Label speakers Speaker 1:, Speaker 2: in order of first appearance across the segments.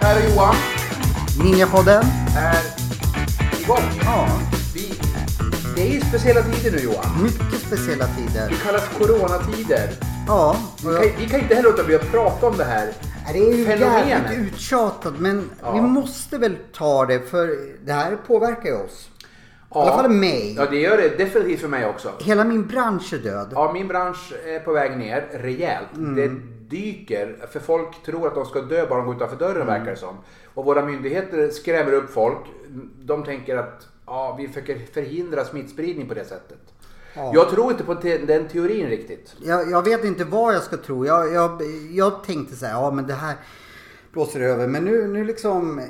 Speaker 1: Här är Johan.
Speaker 2: Ninjapodden.
Speaker 1: Är igång.
Speaker 2: Ja,
Speaker 1: Vi, det är ju speciella tider nu Johan.
Speaker 2: mycket speciella tider.
Speaker 1: Det kallas coronatider.
Speaker 2: Ja, och
Speaker 1: Vi kan,
Speaker 2: jag,
Speaker 1: vi kan inte heller låta bli att prata om det här.
Speaker 2: det är ju
Speaker 1: Fenomenet.
Speaker 2: jävligt uttjatat men
Speaker 1: Ja.
Speaker 2: vi måste väl ta det för det här påverkar ju oss. I alla fall mig.
Speaker 1: Ja, det gör det definitivt för mig också.
Speaker 2: Hela min bransch är död.
Speaker 1: Ja, min bransch är på väg ner rejält.
Speaker 2: Mm.
Speaker 1: Det dyker, för folk tror att de ska dö bara de går utanför
Speaker 2: Mm.
Speaker 1: dörren verkar det som. Och våra myndigheter skrämmer upp folk. De tänker att ja, vi försöker förhindra smittspridning på det sättet.
Speaker 2: Ja.
Speaker 1: Jag tror inte på te- den teorin riktigt.
Speaker 2: Jag, jag vet inte vad jag ska tro. Jag, jag, jag tänkte så här, ja men det här blåser över. Men nu, nu liksom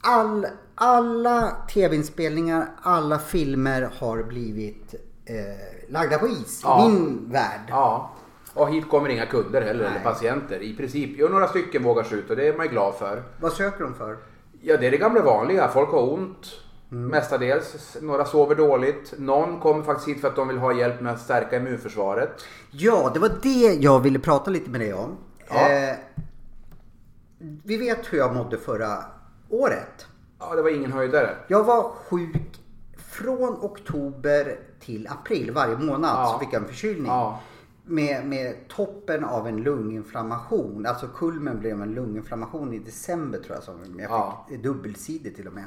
Speaker 2: all, alla tv-inspelningar, alla filmer har blivit eh, lagda på is
Speaker 1: Ja.
Speaker 2: i min värld.
Speaker 1: Ja. Och hit kommer inga kunder heller, eller patienter i princip. Jo, några stycken vågar sig ut och det är man ju glad för.
Speaker 2: Vad söker de för?
Speaker 1: Ja, det är det gamla vanliga. Folk har ont
Speaker 2: Mm.
Speaker 1: mestadels. Några sover dåligt. Någon kommer faktiskt hit för att de vill ha hjälp med att stärka immunförsvaret.
Speaker 2: Ja, det var det jag ville prata lite med dig om.
Speaker 1: Ja.
Speaker 2: Eh, vi vet hur jag mådde förra året.
Speaker 1: Ja, det var ingen höjdare.
Speaker 2: Jag var sjuk från oktober till april. Varje månad
Speaker 1: Ja.
Speaker 2: så fick jag en förkylning.
Speaker 1: Ja.
Speaker 2: Med, med toppen av en lunginflammation. Alltså kulmen blev en lunginflammation i december tror jag. Som jag
Speaker 1: Ja.
Speaker 2: fick dubbelsidig till och med.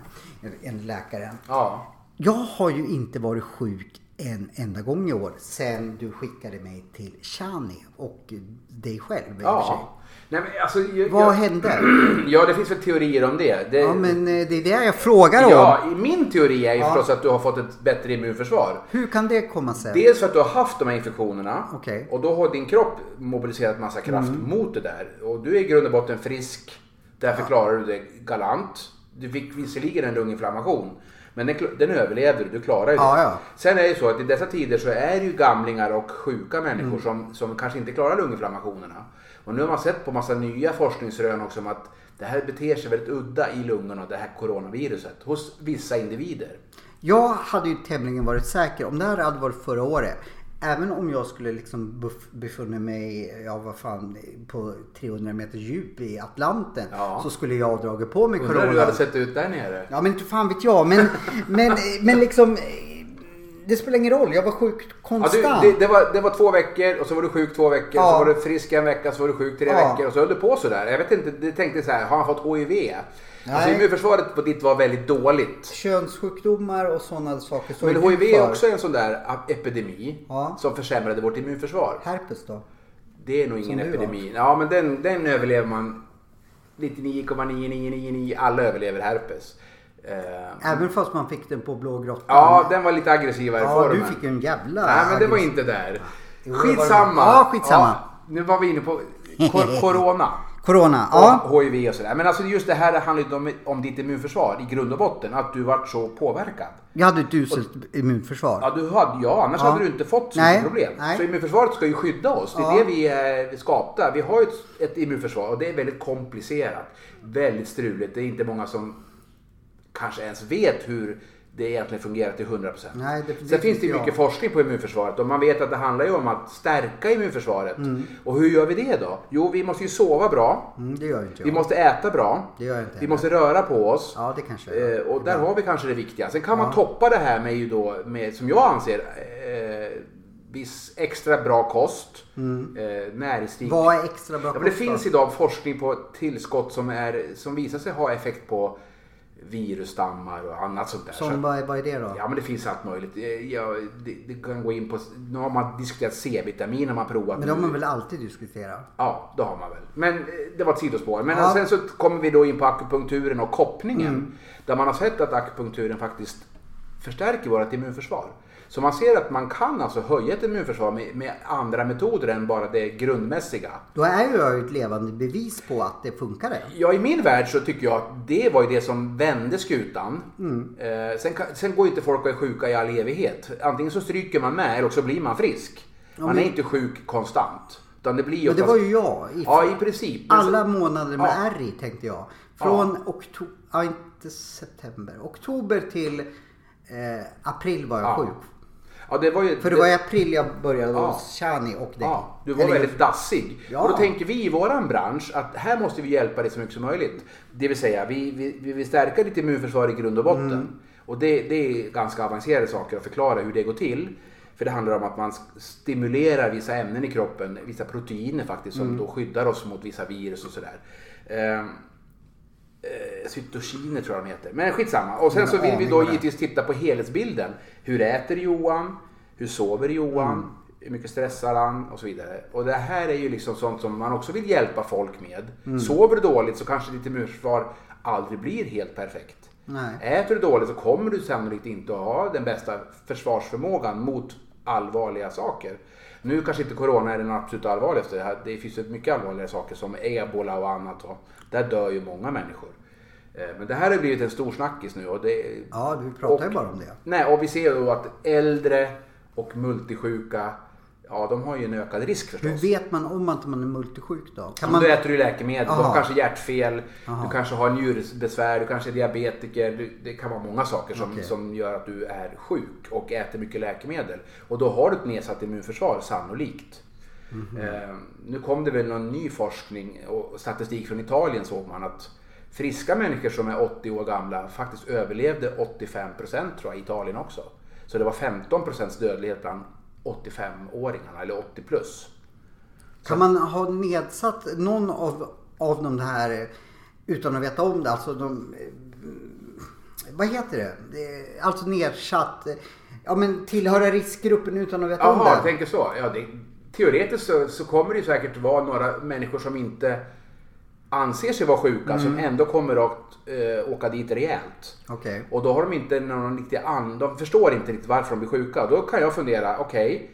Speaker 2: En läkare.
Speaker 1: Ja.
Speaker 2: Jag har ju inte varit sjuk en enda gång i år. Sen du skickade mig till Shani och dig själv i och för sig.
Speaker 1: ja. Nej, men alltså, jag,
Speaker 2: Vad
Speaker 1: jag-
Speaker 2: hände?
Speaker 1: Ja, det finns väl teorier om det. det
Speaker 2: Ja men eh, det är det jag frågar om.
Speaker 1: ja, min teori är ju
Speaker 2: Ja.
Speaker 1: förstås att du har fått ett bättre immunförsvar.
Speaker 2: Hur kan det komma sig?
Speaker 1: Dels för att du har haft de här infektionerna
Speaker 2: Okej. Mm.
Speaker 1: och då har din kropp mobiliserat massa kraft mot det där. Och du är i grund och botten frisk. Därför klarar du det galant. Du fick visserligen en lunginflammation. Men den, kl- den överlevde du, du klarar ju
Speaker 2: Ja,
Speaker 1: det.
Speaker 2: ja.
Speaker 1: Sen är det ju så att i dessa tider så är det ju gamlingar och sjuka människor
Speaker 2: Mm.
Speaker 1: som, som kanske inte klarar lunginflammationerna. Och nu har man sett på massa nya forskningsrön också om att det här beter sig väldigt udda i lungorna, det här coronaviruset, hos vissa individer.
Speaker 2: Jag hade ju tämligen varit säker om det här hade varit förra året. Även om jag skulle liksom bef- befunnit mig, ja vad fan, på 300 meter djup i Atlanten.
Speaker 1: Ja.
Speaker 2: Så skulle jag ha dragit på mig
Speaker 1: Undrar hur det
Speaker 2: corona.
Speaker 1: hade sett ut där nere?
Speaker 2: Ja men inte fan vet jag. Men, men, men liksom, eh, det spelar ingen roll. Jag var sjuk
Speaker 1: Ja, du,
Speaker 2: konstant.
Speaker 1: det, det, var, det var två veckor och så var du sjuk två veckor.
Speaker 2: Ja.
Speaker 1: Så var du frisk en vecka, så var du sjuk tre
Speaker 2: Ja.
Speaker 1: veckor. Och så höll du på sådär. Jag vet inte, det tänkte så här, har han fått HIV? Alltså
Speaker 2: Nej.
Speaker 1: immunförsvaret på ditt var väldigt dåligt.
Speaker 2: Könssjukdomar och sådana saker. Så
Speaker 1: Men HIV är också en sån där epidemi
Speaker 2: Ja.
Speaker 1: som försämrade vårt immunförsvar.
Speaker 2: Herpes då?
Speaker 1: Det är nog ingen
Speaker 2: Som du
Speaker 1: epidemi. Ja, men den, den överlever man. 99,9999 alla överlever herpes. Eh,
Speaker 2: Även fast man fick den på Blå grottan.
Speaker 1: ja, den var lite aggressivare i
Speaker 2: Ja,
Speaker 1: formen.
Speaker 2: du fick ju en jävla...
Speaker 1: Nej, men det var
Speaker 2: aggressiv-
Speaker 1: inte där.
Speaker 2: Jo, det var det.
Speaker 1: Skitsamma.
Speaker 2: Ja, skitsamma.
Speaker 1: nu var vi inne på kor- corona.
Speaker 2: Corona, ja.
Speaker 1: Och HIV och sådär. Men alltså just det här handlar ju om, om ditt immunförsvar i grund och botten. Att du vart så påverkad.
Speaker 2: Jag hade ett uselt immunförsvar.
Speaker 1: Ja, du hade, ja annars
Speaker 2: Ja.
Speaker 1: hade du inte fått så
Speaker 2: Nej,
Speaker 1: mycket problem.
Speaker 2: nej.
Speaker 1: Så immunförsvaret ska ju skydda oss. Det är det vi är skapta. Vi har ju ett, ett immunförsvar och det är väldigt komplicerat. Väldigt struligt. Det är inte många som kanske ens vet hur det egentligen fungerar till 100%.
Speaker 2: Nej, det- det
Speaker 1: Sen finns det ju
Speaker 2: tycker jag.
Speaker 1: mycket forskning på immunförsvaret och man vet att det handlar ju om att stärka immunförsvaret. Och hur gör vi det då? Jo, vi måste ju sova bra.
Speaker 2: Mm, det gör inte jag.
Speaker 1: Vi måste äta bra.
Speaker 2: Det gör jag inte
Speaker 1: Vi
Speaker 2: heller.
Speaker 1: måste röra på oss.
Speaker 2: Ja, det kanske jag
Speaker 1: Eh,
Speaker 2: gör.
Speaker 1: och där har vi kanske det viktiga. Sen kan man toppa det här med, ju då, med som jag anser, eh, viss extra bra kost. Eh, näringsrik.
Speaker 2: Mm. Vad är extra bra
Speaker 1: Ja, men det
Speaker 2: kost då?
Speaker 1: finns idag forskning på tillskott som, är, som visar sig ha effekt på virusstammar och annat sånt där. Så
Speaker 2: Som,
Speaker 1: att-
Speaker 2: vad, är, vad är det då?
Speaker 1: Ja men det finns allt möjligt. Eh, Ja, det, det kan gå in på, nu har man diskuterat C-vitamin har man provat.
Speaker 2: Men det har man väl alltid diskuterat?
Speaker 1: Ja, det har man väl. Men eh, det var ett sidospår. Men
Speaker 2: Ja. Mm.
Speaker 1: sen så kommer vi då in på akupunkturen och koppningen. Där man har sett att akupunkturen faktiskt förstärker vårt immunförsvar. Så man ser att man kan alltså höja ett immunförsvar med, med andra metoder än bara det grundmässiga.
Speaker 2: Då är ju jag ju ett levande bevis på att det funkade.
Speaker 1: Ja, i min värld så tycker jag att det var ju det som vände skutan.
Speaker 2: Mm.
Speaker 1: Eh, sen, kan- sen går ju inte folk och är sjuka i all evighet. Antingen så stryker man med eller så blir man frisk. Man är inte sjuk konstant. Utan det blir ju
Speaker 2: Men det
Speaker 1: oftast-
Speaker 2: var ju jag. I
Speaker 1: Ja, i princip. Men
Speaker 2: alla
Speaker 1: så-
Speaker 2: månader med
Speaker 1: Ja.
Speaker 2: R i tänkte jag. Från oktober, ja inte september, oktober till eh, april var jag
Speaker 1: Ja.
Speaker 2: sjuk.
Speaker 1: Ja, det var ju...
Speaker 2: För det var i april jag började
Speaker 1: Ja.
Speaker 2: hos Shani och dig.
Speaker 1: Ja, du var
Speaker 2: Eller-
Speaker 1: väldigt dassig.
Speaker 2: Ja.
Speaker 1: Och då tänker vi i våran bransch att här måste vi hjälpa dig så mycket som möjligt. Det vill säga, vi, vi, vi vill stärka ditt immunförsvar i grund och botten.
Speaker 2: Mm.
Speaker 1: Och det, det är ganska avancerade saker att förklara hur det går till. För det handlar om att man stimulerar vissa ämnen i kroppen, vissa proteiner faktiskt, som
Speaker 2: Mm.
Speaker 1: då skyddar oss mot vissa virus och sådär. Ehm, eh, cytokiner tror jag de heter. Men skitsamma. Och sen
Speaker 2: Ingen
Speaker 1: så vill vi
Speaker 2: aning
Speaker 1: då
Speaker 2: vad det är.
Speaker 1: givetvis titta på helhetsbilden. Hur äter Johan? Hur sover Johan?
Speaker 2: Mm.
Speaker 1: Hur mycket stressar han? Och så vidare. Och det här är ju liksom sånt som man också vill hjälpa folk med.
Speaker 2: Mm.
Speaker 1: Sover du dåligt så kanske ditt immunförsvar aldrig blir helt perfekt.
Speaker 2: Nej.
Speaker 1: Äter du dåligt så kommer du sannolikt inte att ha den bästa försvarsförmågan mot allvarliga saker. Nu kanske inte corona är den absolut allvarligaste. Det här- Det finns ju mycket allvarligare saker som ebola och annat. Och där dör ju många människor. Eh, Men det här har blivit en stor snackis nu. Och det,
Speaker 2: Ja, vi pratar ju
Speaker 1: Och-
Speaker 2: bara om det.
Speaker 1: nej, och vi ser ju då att äldre och multisjuka, ja de har ju en ökad risk förstås.
Speaker 2: Hur vet man om att man är multisjuk då? Kan
Speaker 1: Om
Speaker 2: man...
Speaker 1: Du äter ju läkemedel, du
Speaker 2: Aha.
Speaker 1: har kanske hjärtfel,
Speaker 2: Aha.
Speaker 1: du kanske har njurbesvär, du kanske är diabetiker. Du, det kan vara många saker som,
Speaker 2: Okej.
Speaker 1: som gör att du är sjuk och äter mycket läkemedel. Och då har du ett nedsatt immunförsvar sannolikt.
Speaker 2: Mhm.
Speaker 1: Eh, nu kom det väl någon ny forskning och statistik från Italien såg man att friska människor som är 80 år gamla faktiskt överlevde 85 procent tror jag i Italien också. Så det var 15 procents dödlighet bland 85-åringarna eller 80 plus.
Speaker 2: Kan man ha nedsatt någon av, av de här eh, utan att veta om det? Alltså de... eh, Vad heter det? Det är Alltså nedsatt... eh, Ja men tillhöra riskgruppen utan att veta om
Speaker 1: Jaha,
Speaker 2: det.
Speaker 1: du tänker så. Ja, det, teoretiskt så, så kommer det ju säkert vara några människor som inte anser sig vara sjuka som ändå kommer att eh, åka dit rejält.
Speaker 2: Okej.
Speaker 1: Och då har de inte någon riktig an... De förstår inte riktigt varför de blir sjuka. Då kan jag fundera, okej.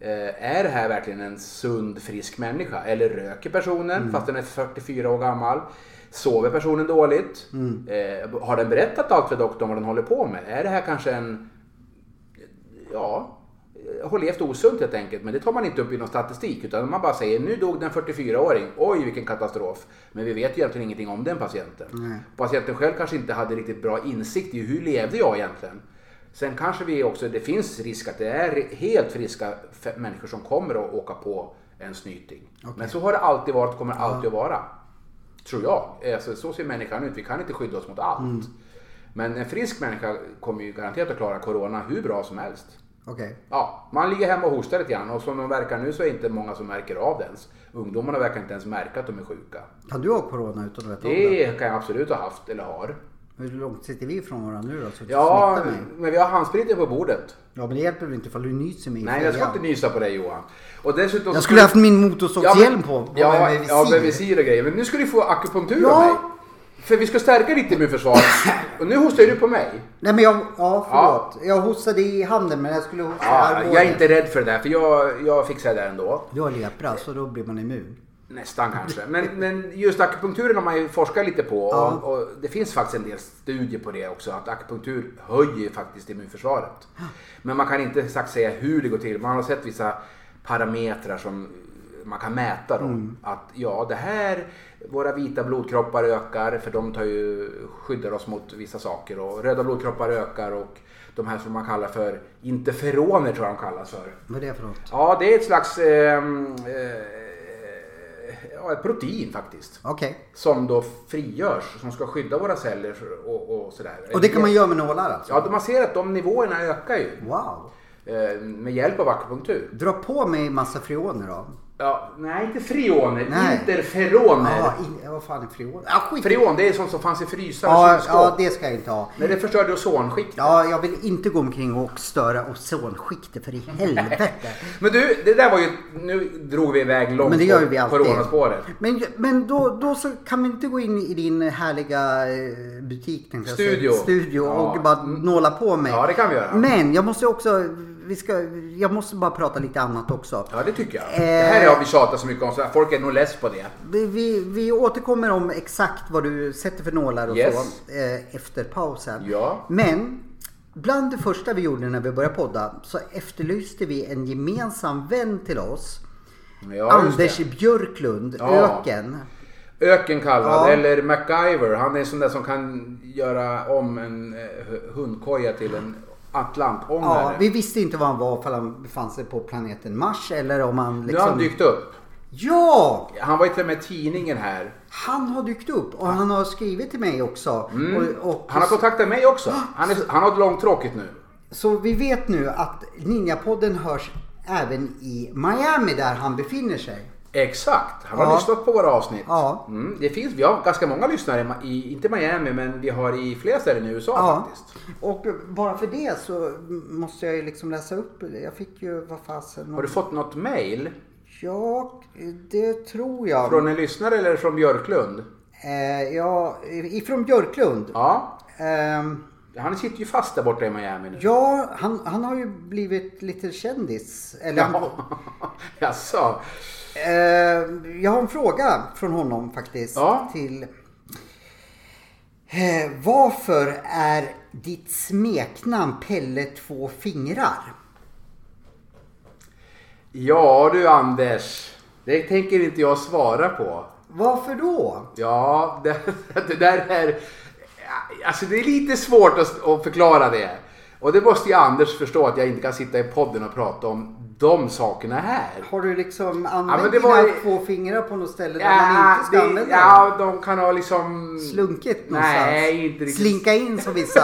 Speaker 1: eh, är det här verkligen en sund, frisk människa? Eller röker personen fast den är 44 år gammal? Sover personen dåligt? Eh, har den berättat allt för doktorn vad den håller på med? Är det här kanske en ja, har levt osunt helt enkelt. Men det tar man inte upp i någon statistik utan man bara säger nu dog den 44-åring. Oj vilken katastrof. Men vi vet ju egentligen ingenting om den patienten.
Speaker 2: Nej.
Speaker 1: Patienten själv kanske inte hade riktigt bra insikt i hur levde jag egentligen. Sen kanske vi också, det finns risk att det är helt friska f- människor som kommer att åka på en snyting. Men så har det alltid varit och kommer alltid att vara. Tror jag. Alltså, så ser människan ut. Vi kan inte skydda oss mot allt.
Speaker 2: Mm.
Speaker 1: Men en frisk människa kommer ju garanterat att klara corona hur bra som helst.
Speaker 2: Okej.
Speaker 1: Ja, man ligger hemma och hostar lite grann och som de verkar nu så är inte många som märker av det ens. Ungdomarna verkar inte ens märka att de är sjuka.
Speaker 2: Kan du ha corona utan att veta om det?
Speaker 1: Det kan jag absolut ha haft eller har.
Speaker 2: Hur långt sitter vi ifrån varandra nu då? Så att du
Speaker 1: Ja,
Speaker 2: smittar mig?
Speaker 1: men vi har handspriten på bordet.
Speaker 2: Ja men det hjälper väl inte ifall du nyser mig i
Speaker 1: Nej, jag ska
Speaker 2: fejan?
Speaker 1: inte nysa på dig Johan. Och dessutom
Speaker 2: Jag skulle haft min motorsågshjälm på. på
Speaker 1: Ja,
Speaker 2: med
Speaker 1: men-
Speaker 2: visir.
Speaker 1: ja, med visir och grejer. Men nu ska du få akupunktur
Speaker 2: Ja.
Speaker 1: av mig. För vi ska stärka ditt immunförsvar. Och nu hostar ju du på mig.
Speaker 2: Nej men jag, ja förlåt. Jag hostade i handen men jag skulle hosta i
Speaker 1: Ja,
Speaker 2: armbågen.
Speaker 1: jag är inte rädd för det där, för jag, jag fixar det där ändå.
Speaker 2: Du har lepra så då blir man immun.
Speaker 1: Nästan kanske. Men, men just akupunkturen har man ju forskat lite på.
Speaker 2: Ja.
Speaker 1: Och, och det finns faktiskt en del studier på det också. Att akupunktur höjer ju faktiskt immunförsvaret. Men man kan inte exakt säga hur det går till. Man har sett vissa parametrar som man kan mäta. Då. Att ja, det här, våra vita blodkroppar ökar för de tar ju, skyddar oss mot vissa saker. Och röda blodkroppar ökar och de här som man kallar för interferoner tror jag de kallas för.
Speaker 2: Vad är det för något?
Speaker 1: Ja, det är ett slags ehm, eh, ja, ett protein faktiskt.
Speaker 2: Okej.
Speaker 1: Som då frigörs, som ska skydda våra celler och, och sådär.
Speaker 2: Och det kan man göra med nålar alltså?
Speaker 1: Ja, man ser att de nivåerna ökar ju
Speaker 2: Wow.
Speaker 1: eh, med hjälp av akupunktur.
Speaker 2: Dra på mig massa freoner då.
Speaker 1: Ja, nej, inte frioner,
Speaker 2: Nej.
Speaker 1: interferoner.
Speaker 2: Ja, in, vad fan är freoner? Ja skit.
Speaker 1: Freon, det är sånt som fanns i frysar och
Speaker 2: Ja,
Speaker 1: kylskåp.
Speaker 2: ja det ska jag inte ha.
Speaker 1: Men det förstörde ozonskiktet.
Speaker 2: Ja, jag vill inte gå omkring och störa ozonskiktet för i helvete.
Speaker 1: Men du, det där var ju... Nu drog vi iväg långt
Speaker 2: Men det gör ju vi
Speaker 1: på
Speaker 2: alltid.
Speaker 1: coronaspåret.
Speaker 2: Men, men då, då så kan vi inte gå in i din härliga eh, butik tänkte jag säga.
Speaker 1: Studio.
Speaker 2: Studio och
Speaker 1: Ja.
Speaker 2: bara nåla på mig.
Speaker 1: Ja, det kan vi göra.
Speaker 2: Men jag måste också, vi ska, jag måste bara prata lite annat också.
Speaker 1: Ja, det tycker
Speaker 2: Eh.
Speaker 1: jag. Det här har vi tjatat så mycket om, så folk är nog less på det.
Speaker 2: Vi, vi, vi återkommer om exakt vad du sätter för nålar och
Speaker 1: Yes.
Speaker 2: så eh, efter pausen.
Speaker 1: Ja.
Speaker 2: Men bland det första vi gjorde när vi började podda så efterlyste vi en gemensam vän till oss
Speaker 1: Ja, just
Speaker 2: Anders
Speaker 1: det.
Speaker 2: Björklund,
Speaker 1: Ja.
Speaker 2: Öken.
Speaker 1: Öken kallad,
Speaker 2: Ja.
Speaker 1: eller MacGyver. Han är en sån där som kan göra om en eh, hundkoja till en
Speaker 2: Ja,
Speaker 1: atlantångare.
Speaker 2: vi visste inte vad han var, ifall han befann sig på planeten Mars eller om han
Speaker 1: Nu har han
Speaker 2: liksom...
Speaker 1: dykt upp.
Speaker 2: Ja!
Speaker 1: Han var ju till och med i tidningen här.
Speaker 2: Han har dykt upp och han har skrivit till mig också. Och, och,
Speaker 1: Mm. Han har kontaktat mig också. Han, är, han har ett långtråkigt nu.
Speaker 2: Så vi vet nu att Ninjapodden hörs även i Miami där han befinner sig.
Speaker 1: Exakt, han har
Speaker 2: Ja.
Speaker 1: lyssnat på våra avsnitt.
Speaker 2: Ja.
Speaker 1: Mm, det finns, vi har ganska många lyssnare, i Ma- i, inte Miami, men vi har i flera ställen i USA
Speaker 2: Ja.
Speaker 1: faktiskt.
Speaker 2: Och bara för det så måste jag ju liksom läsa upp. Jag fick ju, vad fasen.
Speaker 1: Har du fått något mail
Speaker 2: Ja, det tror jag.
Speaker 1: från en lyssnare eller från Björklund?
Speaker 2: Eh, ja, ifrån Björklund.
Speaker 1: Ja,
Speaker 2: Ehm,
Speaker 1: han sitter ju fast där borta i Miami nu.
Speaker 2: ja, han, han har ju blivit lite kändis. Eller,
Speaker 1: Ja. Jaså?
Speaker 2: Ehm, jag har en fråga från honom faktiskt.
Speaker 1: Ja.
Speaker 2: Till, eh, varför är ditt smeknamn Pelle Två Fingrar?
Speaker 1: Ja du Anders, det tänker inte jag svara på.
Speaker 2: Varför då?
Speaker 1: Ja, det, det där är... Alltså det är lite svårt att, att förklara det. Och det måste ju Anders förstå att jag inte kan sitta i podden och prata om de sakerna här.
Speaker 2: Har du liksom använt
Speaker 1: men det var
Speaker 2: dina
Speaker 1: ju-
Speaker 2: två fingrar på något ställe där man inte ska
Speaker 1: det-
Speaker 2: använda dem?
Speaker 1: ja, de kan ha liksom...
Speaker 2: Slunkit någonstans?
Speaker 1: Nej, inte riktigt.
Speaker 2: Slinka in som vissa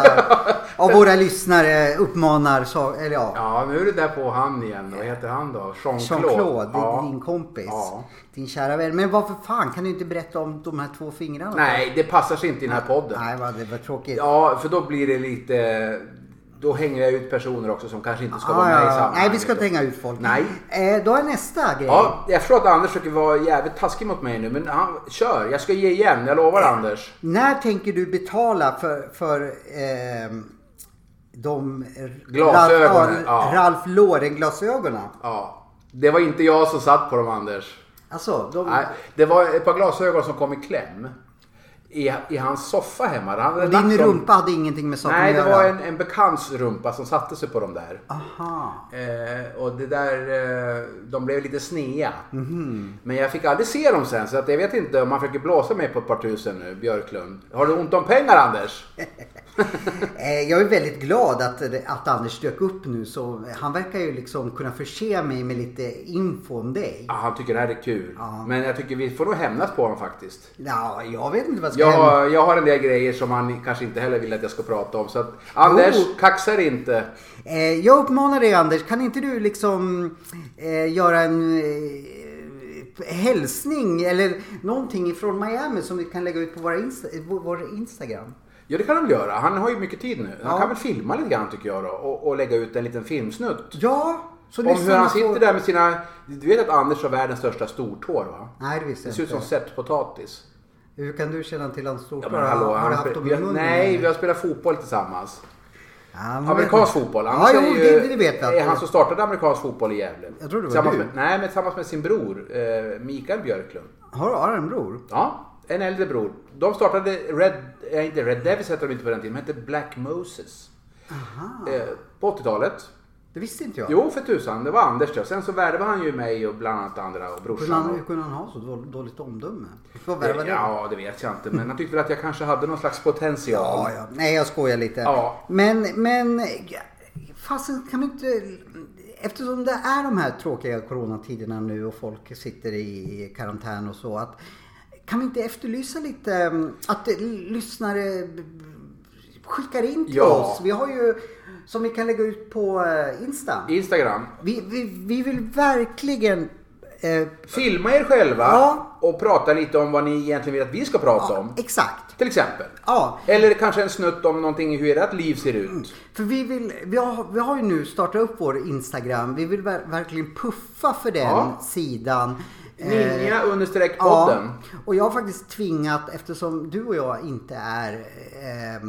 Speaker 2: av våra lyssnare uppmanar. Så, eller ja,
Speaker 1: Ja, nu är det där på han igen. Vad heter han då? Jean-Claude.
Speaker 2: Jean-Claude,
Speaker 1: ja.
Speaker 2: din kompis.
Speaker 1: Ja.
Speaker 2: Din kära vän. Men varför fan kan du inte berätta om de här två fingrarna?
Speaker 1: Nej, det passar sig inte i den här podden.
Speaker 2: Nej, vad det var tråkigt.
Speaker 1: Ja, för då blir det lite... Då hänger jag ut personer också som kanske inte ska
Speaker 2: Ah,
Speaker 1: vara med
Speaker 2: ja,
Speaker 1: i
Speaker 2: ja.
Speaker 1: sammanhanget.
Speaker 2: Nej, vi ska inte hänga ut folk.
Speaker 1: Nej.
Speaker 2: Eh, då är nästa grej.
Speaker 1: Ja, jag förstår att Anders försöker vara jävligt taskig mot mig nu, men han, kör. Jag ska ge igen, jag lovar Anders.
Speaker 2: När tänker du betala för, för ehm, de
Speaker 1: Glasögonen,
Speaker 2: Ralf,
Speaker 1: ja.
Speaker 2: Ralf Lauren-glasögonen?
Speaker 1: Ja, det var inte jag som satt på dem Anders.
Speaker 2: Alltså, de,
Speaker 1: Nej, det var ett par glasögon som kom i kläm. I, i hans soffa hemma. Han hade
Speaker 2: och din
Speaker 1: lagt dem-
Speaker 2: rumpa hade ingenting med saken
Speaker 1: Nej,
Speaker 2: att
Speaker 1: det
Speaker 2: göra?
Speaker 1: var en, en bekants rumpa som satte sig på dem där.
Speaker 2: Aha.
Speaker 1: Eh, och det där, eh, de blev lite snea.
Speaker 2: Mhm.
Speaker 1: Men jag fick aldrig se dem sen, så att jag vet inte om han försöker blåsa mig på ett par tusen nu, Björklund. Har du ont om pengar Anders?
Speaker 2: Eh, jag är väldigt glad att, att Anders dök upp nu så han verkar ju liksom kunna förse mig med lite info om dig.
Speaker 1: Ja, han tycker det här är kul.
Speaker 2: Ja.
Speaker 1: Men jag tycker vi får nog hämnas på honom faktiskt.
Speaker 2: Ja, jag vet inte vad jag ska
Speaker 1: Jag
Speaker 2: hända.
Speaker 1: har, jag har en del grejer som han kanske inte heller vill att jag ska prata om. Så att, Anders,
Speaker 2: Jo.
Speaker 1: kaxar inte.
Speaker 2: Eh, jag uppmanar dig Anders, kan inte du liksom eh, göra en eh, hälsning eller någonting ifrån Miami som vi kan lägga ut på våra insta- vår, vår Instagram?
Speaker 1: Ja, det kan han väl göra. Han har ju mycket tid nu. Han
Speaker 2: Ja.
Speaker 1: kan väl filma lite grann tycker jag då. Och, och lägga ut en liten filmsnutt.
Speaker 2: Ja, så
Speaker 1: Om hur han sitter
Speaker 2: får-
Speaker 1: där med sina... Du vet att Anders har världens största stortår va?
Speaker 2: Nej, det visste
Speaker 1: Det
Speaker 2: jag
Speaker 1: ser ut
Speaker 2: inte.
Speaker 1: som sett potatis.
Speaker 2: Hur kan du känna till hans stortå?
Speaker 1: Ja, men hallå,
Speaker 2: har
Speaker 1: han
Speaker 2: du haft dem
Speaker 1: vi
Speaker 2: i
Speaker 1: har,
Speaker 2: munnen?
Speaker 1: nej,
Speaker 2: eller?
Speaker 1: vi har spelat fotboll tillsammans.
Speaker 2: Ja, man vet
Speaker 1: Amerikansk
Speaker 2: inte.
Speaker 1: fotboll.
Speaker 2: Ja,
Speaker 1: Annars
Speaker 2: jo,
Speaker 1: är ju-
Speaker 2: det, det vet jag.
Speaker 1: är han som startade amerikansk fotboll i Gävle.
Speaker 2: Jag tror det var
Speaker 1: tillsammans
Speaker 2: du.
Speaker 1: Med, nej, men tillsammans med sin bror eh, Mikael Björklund.
Speaker 2: Har, har han en bror?
Speaker 1: Ja, en äldre bror. De startade Red, eh, inte Red Devils hette de inte på den tiden, de hette Black Moses. Eh, på 80-talet.
Speaker 2: Det visste inte jag.
Speaker 1: Jo, för tusan, det var Anders det. Sen så värvade han ju mig och bland annat andra och
Speaker 2: Kunde
Speaker 1: brorsan.
Speaker 2: han, hur
Speaker 1: Och,
Speaker 2: kunde han ha så då- dåligt omdöme? Vad värvade du?
Speaker 1: ja, det vet jag inte, men han tyckte väl att jag kanske hade någon slags potential.
Speaker 2: Ja, ja. Nej, jag skojar lite.
Speaker 1: Ja.
Speaker 2: Men, men fasen kan vi inte... Eftersom det är de här tråkiga coronatiderna nu och folk sitter i karantän och så. Att, kan vi inte efterlysa lite mm, att eh, lyssnare b- b- skickar in till
Speaker 1: Ja.
Speaker 2: oss? Vi har ju som vi kan lägga ut på eh, Insta.
Speaker 1: Instagram.
Speaker 2: Vi, vi, vi vill verkligen eh,
Speaker 1: Filma er själva
Speaker 2: Ja.
Speaker 1: och prata lite om vad ni egentligen vill att vi ska prata om.
Speaker 2: Exakt.
Speaker 1: Till exempel.
Speaker 2: Ja,
Speaker 1: Eller kanske en snutt om någonting hur ert liv ser ut.
Speaker 2: för vi, vill, vi, har, vi har ju nu startat upp vår Instagram. Vi vill ver verkligen puffa för den
Speaker 1: Ja.
Speaker 2: sidan. Eh,
Speaker 1: Ninja understreck
Speaker 2: ja.
Speaker 1: podden.
Speaker 2: Och jag har faktiskt tvingat, eftersom du och jag inte är eh,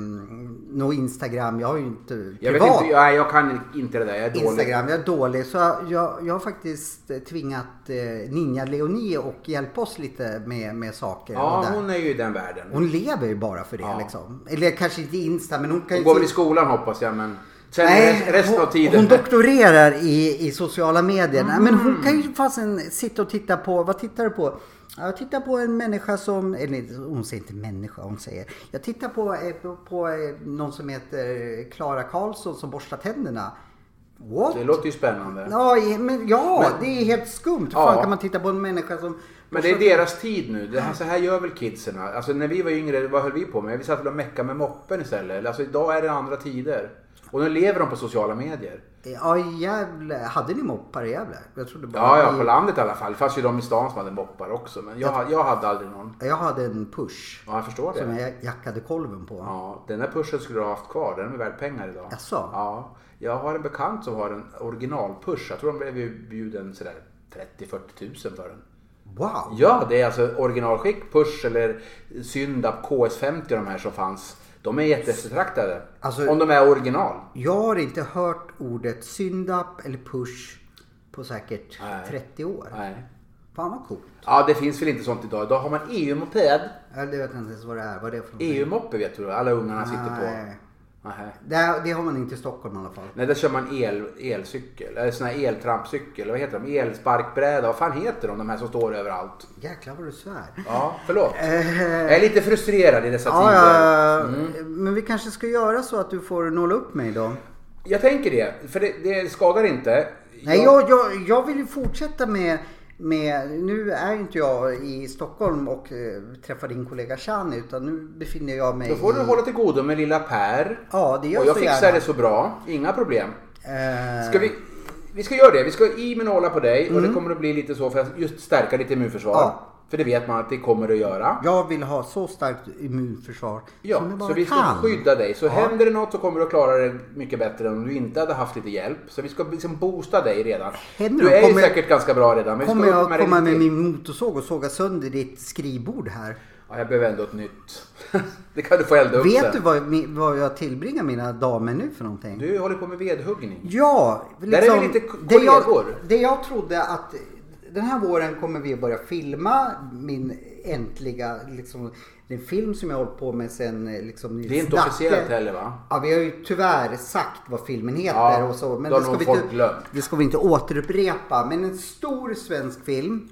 Speaker 2: något Instagram. Jag har ju inte
Speaker 1: Jag vet
Speaker 2: privat
Speaker 1: inte, jag, jag kan inte det där. Jag är dålig.
Speaker 2: Instagram. Jag är dålig. Så jag, jag, jag har faktiskt tvingat eh, Ninja Leonie och hjälpa oss lite med, med saker. och
Speaker 1: Ja,
Speaker 2: där.
Speaker 1: hon är ju i den världen.
Speaker 2: Hon lever ju bara för det
Speaker 1: Ja.
Speaker 2: liksom. Eller kanske inte Insta men hon kan
Speaker 1: Hon
Speaker 2: ju...
Speaker 1: går väl
Speaker 2: se-
Speaker 1: i skolan hoppas jag, men Sen rest- resten av tiden.
Speaker 2: Hon doktorerar i, i sociala medier. Nej, Men hon
Speaker 1: Mm.
Speaker 2: kan ju fasen sitta och titta på, vad tittar du på? Ja, Jag tittar på en människa som, eller hon säger inte människa, hon säger. Jag tittar på, eh, på, på eh, någon som heter eh, Klara Karlsson som borstar tänderna. What?
Speaker 1: Det låter ju spännande.
Speaker 2: Ja, i- men ja, det är helt skumt. Hur
Speaker 1: Ja.
Speaker 2: fan kan man titta på en människa som...
Speaker 1: Men det är deras tid nu. Det här, så här gör väl kidsen. Alltså när vi var yngre, vad höll vi på med? Vi satt väl och meckade med moppen istället. Alltså idag är det andra tider. Och nu lever de på sociala medier.
Speaker 2: Ja, i Gävle. Hade ni moppar i Gävle? Jag trodde bara...
Speaker 1: Ja, ja,
Speaker 2: i-
Speaker 1: på landet i alla fall. Det fanns ju de i stan som hade moppar också. Men jag, jag hade aldrig någon.
Speaker 2: Jag hade en push.
Speaker 1: Ja, jag förstår
Speaker 2: Som
Speaker 1: det.
Speaker 2: jag jackade kolven på.
Speaker 1: Ja, den där pushen skulle du ha haft kvar. Den är värd pengar idag.
Speaker 2: Jaså?
Speaker 1: Ja. Jag har en bekant som har en originalpush. Jag tror de blev ju bjuden sådär 30-40 tusen för den.
Speaker 2: Wow!
Speaker 1: Ja, det är alltså originalskick, push eller syndap, KS50 de här som fanns. De är jätteeftertraktade.
Speaker 2: Alltså-
Speaker 1: om de är original.
Speaker 2: Jag har inte hört ordet syndap eller push på säkert
Speaker 1: Nej.
Speaker 2: 30 år.
Speaker 1: Nej.
Speaker 2: Fan vad coolt.
Speaker 1: Ja, det finns väl inte sånt idag. Idag har man EU-moped.
Speaker 2: Eller det vet jag inte ens vad det är. Vad är det för någonting?
Speaker 1: EU-moppe vet du alla ungarna sitter på.
Speaker 2: Nej.
Speaker 1: Nähä.
Speaker 2: Det, det har man inte i Stockholm i alla fall.
Speaker 1: Nej, där kör man el, elcykel. Eller sån här eltrampcykel. Vad heter de? Elsparkbräda. Vad fan heter de? De här som står överallt.
Speaker 2: Jäklar vad du svär.
Speaker 1: Ja, förlåt. Jag är lite frustrerad i dessa
Speaker 2: Ja,
Speaker 1: tider.
Speaker 2: ja,
Speaker 1: Mm.
Speaker 2: Men vi kanske ska göra så att du får nåla upp mig då.
Speaker 1: Jag tänker det. För det, det skadar inte.
Speaker 2: Nej, jag, jag, jag vill ju fortsätta med, med... Nu är inte jag i Stockholm och eh, träffar din kollega Shani utan nu befinner jag mig
Speaker 1: Då får du
Speaker 2: i...
Speaker 1: hålla till godo med lilla Per.
Speaker 2: Ja, det gör
Speaker 1: Och jag
Speaker 2: så
Speaker 1: fixar
Speaker 2: gärna.
Speaker 1: det så bra. Inga problem.
Speaker 2: Eh,
Speaker 1: Ska vi, vi ska göra det. Vi ska i med nåla på dig och det kommer att bli lite så för att just stärka ditt immunförsvar.
Speaker 2: Mm. Ja.
Speaker 1: För det vet man att det kommer att göra.
Speaker 2: Jag vill ha så starkt immunförsvar
Speaker 1: Ja,
Speaker 2: som jag bara
Speaker 1: så vi ska
Speaker 2: kan.
Speaker 1: skydda dig. Så händer det något så kommer du att klara det mycket bättre än om du inte hade haft lite hjälp. Så vi ska liksom boosta dig redan.
Speaker 2: Händer
Speaker 1: du
Speaker 2: det?
Speaker 1: är ju
Speaker 2: Kommer-
Speaker 1: säkert ganska bra redan. Men vi ska
Speaker 2: Kommer
Speaker 1: upp
Speaker 2: jag
Speaker 1: med det
Speaker 2: komma
Speaker 1: lite
Speaker 2: med
Speaker 1: till.
Speaker 2: min motorsåg och såga sönder ditt skrivbord här?
Speaker 1: ja, jag behöver ändå ett nytt. det kan du få elda upp sen.
Speaker 2: Vet du vad, mi- vad jag tillbringar mina dagar med nu för någonting?
Speaker 1: Du håller på med vedhuggning.
Speaker 2: Ja, liksom,
Speaker 1: Där är vi lite k-
Speaker 2: det, jag,
Speaker 1: kollegor.
Speaker 2: det jag trodde att den här våren kommer vi att börja filma min äntliga liksom, den film som jag har hållit på med sen eh, liksom
Speaker 1: Det är inte
Speaker 2: Snacke.
Speaker 1: officiellt heller va?
Speaker 2: Ja, vi har ju tyvärr sagt vad filmen heter
Speaker 1: Ja,
Speaker 2: och så. Men
Speaker 1: då
Speaker 2: det
Speaker 1: har
Speaker 2: ska,
Speaker 1: nog
Speaker 2: vi
Speaker 1: folk
Speaker 2: inte,
Speaker 1: glömt.
Speaker 2: det ska vi inte återupprepa. Men en stor svensk film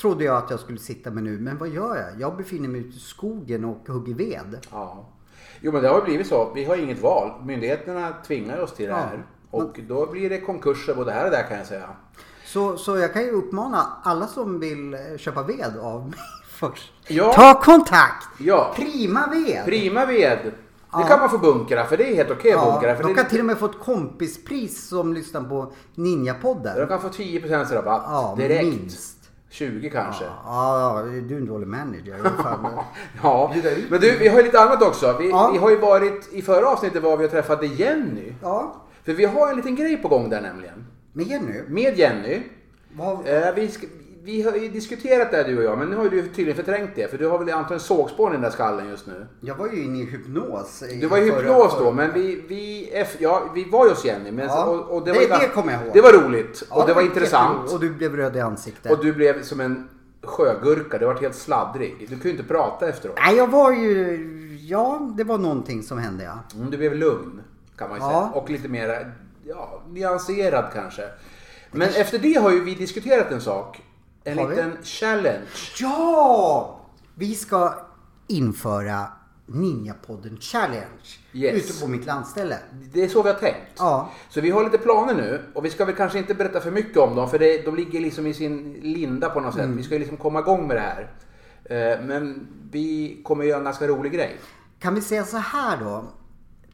Speaker 2: trodde jag att jag skulle sitta med nu. Men vad gör jag? Jag befinner mig ute i skogen och hugger ved.
Speaker 1: Ja. Jo men det har ju blivit så. Vi har inget val. Myndigheterna tvingar oss till det
Speaker 2: Ja.
Speaker 1: här. Och då blir det konkurser både här och där kan jag säga.
Speaker 2: Så, så jag kan ju uppmana alla som vill eh, köpa ved av mig först.
Speaker 1: Ja.
Speaker 2: Ta kontakt!
Speaker 1: Ja,
Speaker 2: Prima ved!
Speaker 1: prima ved. Det
Speaker 2: Ja.
Speaker 1: kan man få bunkra för det är helt okej
Speaker 2: ja,
Speaker 1: bunkra. För
Speaker 2: de
Speaker 1: det,
Speaker 2: kan till och med få ett kompispris som lyssnar på
Speaker 1: de
Speaker 2: Ninjapodden.
Speaker 1: Alltså, kan få 10% rabatt
Speaker 2: Ja,
Speaker 1: direkt.
Speaker 2: minst.
Speaker 1: 20 kanske. Ja.
Speaker 2: Ja, du är en dålig manager. Jag är fan-
Speaker 1: men du vi har ju lite annat också. Vi,
Speaker 2: Ja.
Speaker 1: vi har ju varit, i förra avsnittet var vi och träffade Jenny.
Speaker 2: ja,
Speaker 1: För vi har en liten grej på gång där nämligen.
Speaker 2: men Jenny.
Speaker 1: Med Jenny.
Speaker 2: Vad,
Speaker 1: Eh, Vi, sk- vi har ju diskuterat det här, du och jag, men nu har ju du tydligen förträngt det. För du har väl antagligen sågspån i den där skallen just nu.
Speaker 2: jag var ju inne i hypnos. i
Speaker 1: Du var i
Speaker 2: förra-
Speaker 1: hypnos då, men vi, vi, eff- ja, vi var ju hos Jenny. Men,
Speaker 2: Ja,
Speaker 1: och, och det,
Speaker 2: det-
Speaker 1: var, ju-
Speaker 2: det kommer jag ihåg.
Speaker 1: Det var roligt
Speaker 2: Ja,
Speaker 1: och det var
Speaker 2: jätteroligt.
Speaker 1: intressant.
Speaker 2: Och du blev röd i ansiktet.
Speaker 1: Och du blev som en sjögurka, du var helt sladdrig. Du kunde ju inte prata efteråt.
Speaker 2: Nej, jag var ju... Ja, det var någonting som hände ja.
Speaker 1: Mm, Du blev lugn, kan man ju
Speaker 2: Ja.
Speaker 1: säga. Och lite mer ja, nyanserad kanske. Men efter det har ju vi diskuterat en sak. En
Speaker 2: Har vi?
Speaker 1: liten challenge.
Speaker 2: Ja! Vi ska införa Ninjapodden Challenge
Speaker 1: Yes.
Speaker 2: ute på mitt landställe.
Speaker 1: Det är så vi har tänkt.
Speaker 2: Ja.
Speaker 1: Så vi har lite planer nu och vi ska väl kanske inte berätta för mycket om dem för det, de ligger liksom i sin linda på något sätt.
Speaker 2: Mm.
Speaker 1: Vi ska ju liksom komma igång med det här. Eh, Men vi kommer göra en ganska rolig grej.
Speaker 2: Kan vi säga så här då?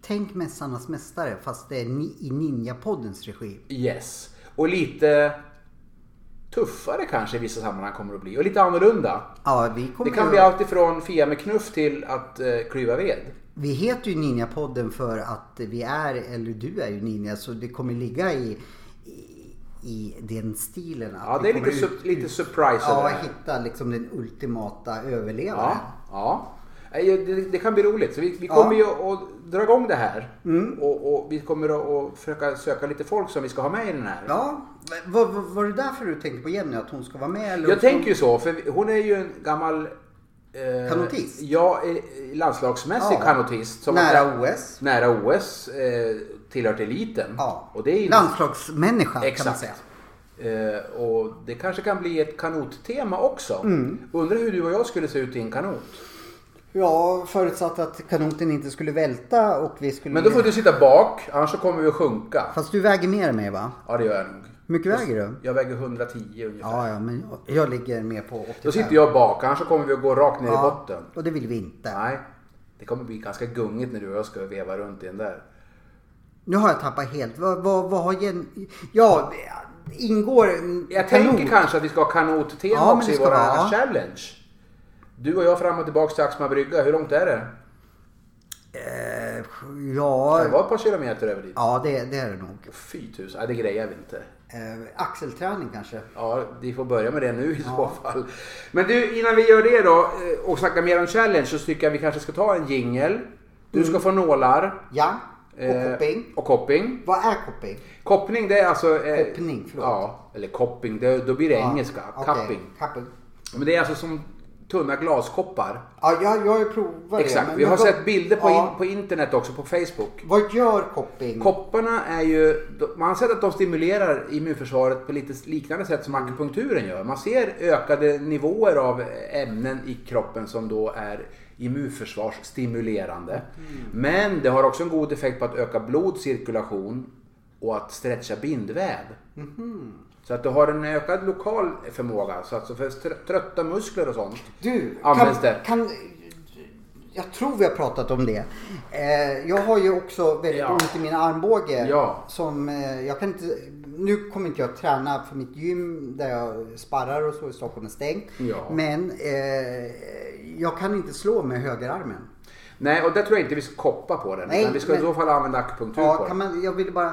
Speaker 2: Tänk Mästarnas Mästare fast det är ni- i Ninjapoddens regi.
Speaker 1: Yes. Och lite tuffare kanske i vissa sammanhang kommer det att bli och lite annorlunda.
Speaker 2: Ja, vi, kommer
Speaker 1: Det kan
Speaker 2: att-
Speaker 1: bli allt ifrån Fia med knuff till att eh, klyva ved.
Speaker 2: vi heter ju Ninjapodden för att vi är, eller du är ju ninja, så det kommer ligga i, i, i den stilen. Att
Speaker 1: Ja,
Speaker 2: vi
Speaker 1: det är
Speaker 2: kommer
Speaker 1: lite,
Speaker 2: ut-
Speaker 1: su- lite surprise över
Speaker 2: Ja,
Speaker 1: det här.
Speaker 2: hitta liksom den ultimata överlevaren.
Speaker 1: Ja, ja. Nej, Det, det kan bli roligt. Så vi, vi kommer ju att dra igång det här.
Speaker 2: Mm.
Speaker 1: Och, och vi kommer att att försöka söka lite folk som vi ska ha med i den här.
Speaker 2: Ja, men var, var, var det därför du tänkte på Jenny? Att hon ska vara med? Eller
Speaker 1: Jag
Speaker 2: hon ska...
Speaker 1: tänker ju så, för vi- hon är ju en gammal eh, eh,
Speaker 2: Kanotist?
Speaker 1: Ja, eh, landslagsmässig
Speaker 2: Ja.
Speaker 1: kanotist. Som
Speaker 2: Nära
Speaker 1: har-
Speaker 2: OS.
Speaker 1: Nära OS. Eh, tillhört eliten.
Speaker 2: Ja.
Speaker 1: Och det är ju-
Speaker 2: Landslagsmänniska kan man
Speaker 1: Exakt.
Speaker 2: säga.
Speaker 1: Eh, och det kanske kan bli ett kanottema också.
Speaker 2: Mm.
Speaker 1: Undrar hur du och jag skulle se ut i en kanot.
Speaker 2: Ja, förutsatt att kanoten inte skulle välta och vi skulle...
Speaker 1: Men då får du sitta bak, annars så kommer vi att sjunka.
Speaker 2: Fast du väger mer än mig va?
Speaker 1: Ja, det gör jag nog.
Speaker 2: Hur mycket väger du?
Speaker 1: Jag väger 110 ungefär.
Speaker 2: Ja, ja, men jag- jag ligger med på 85.
Speaker 1: Då sitter jag bak, annars så kommer vi att gå rakt ner i botten.
Speaker 2: Och det vill vi inte.
Speaker 1: Nej, det kommer bli ganska gungigt när du och jag ska veva runt i den där.
Speaker 2: Nu har jag tappat helt. Vad, vad, vad har gen... Ja, ingår en
Speaker 1: Jag
Speaker 2: kanot?
Speaker 1: tänker kanske att vi ska ha kanottema
Speaker 2: Ja, men
Speaker 1: också
Speaker 2: det
Speaker 1: i
Speaker 2: ska
Speaker 1: våra
Speaker 2: vara.
Speaker 1: challenge. Du och jag fram och tillbaks till Axma brygga, hur långt är det?
Speaker 2: Eh,
Speaker 1: Det
Speaker 2: ja,
Speaker 1: var ett par kilometer över dit.
Speaker 2: ja det, det är det nog.
Speaker 1: Fy tusan, nej, det grejar vi inte.
Speaker 2: Eh, axelträning kanske.
Speaker 1: Ja, vi får börja med det nu i så fall. Men du, innan vi gör det då eh, och snackar mer om challenge så tycker jag vi kanske ska ta en jingel. Du ska få nålar.
Speaker 2: Ja, Mm. och
Speaker 1: eh,
Speaker 2: koppling.
Speaker 1: Och kopping.
Speaker 2: Vad är koppling?
Speaker 1: Koppning det är alltså... eh,
Speaker 2: Koppning, förlåt.
Speaker 1: Ja, eller kopping, det, då blir det engelska.
Speaker 2: okej.
Speaker 1: Kapping.
Speaker 2: Kapping.
Speaker 1: Men det är alltså som tunna glaskoppar.
Speaker 2: Ja, jag, jag har ju provat det.
Speaker 1: Exakt,
Speaker 2: men-
Speaker 1: vi har
Speaker 2: men vad-
Speaker 1: sett bilder på,
Speaker 2: ja,
Speaker 1: in, på internet också, på Facebook.
Speaker 2: Vad gör koppling?
Speaker 1: Kopparna är ju, de- man har sett att de stimulerar immunförsvaret på lite liknande sätt som akupunkturen gör. Man ser ökade nivåer av ämnen i kroppen som då är immunförsvarsstimulerande.
Speaker 2: Mm.
Speaker 1: Men det har också en god effekt på att öka blodcirkulation och att stretcha bindväv.
Speaker 2: Mm-hmm.
Speaker 1: Så att du har en ökad lokal förmåga. Så alltså för str- trötta muskler och sånt.
Speaker 2: Du, kan,
Speaker 1: Används det.
Speaker 2: kan, jag tror vi har pratat om det. Eh, jag har ju också väldigt
Speaker 1: Ja.
Speaker 2: ont i min armbåge.
Speaker 1: Ja.
Speaker 2: Som, eh, jag kan inte, nu kommer inte jag träna för mitt gym där jag sparrar och så i Stockholm är stängt.
Speaker 1: Ja.
Speaker 2: Men eh, jag kan inte slå med högerarmen.
Speaker 1: Nej, och det tror jag inte vi ska koppa på den.
Speaker 2: Nej,
Speaker 1: utan vi ska
Speaker 2: men-
Speaker 1: i så fall använda akupunktur på
Speaker 2: Ja,
Speaker 1: den.
Speaker 2: kan man, jag ville bara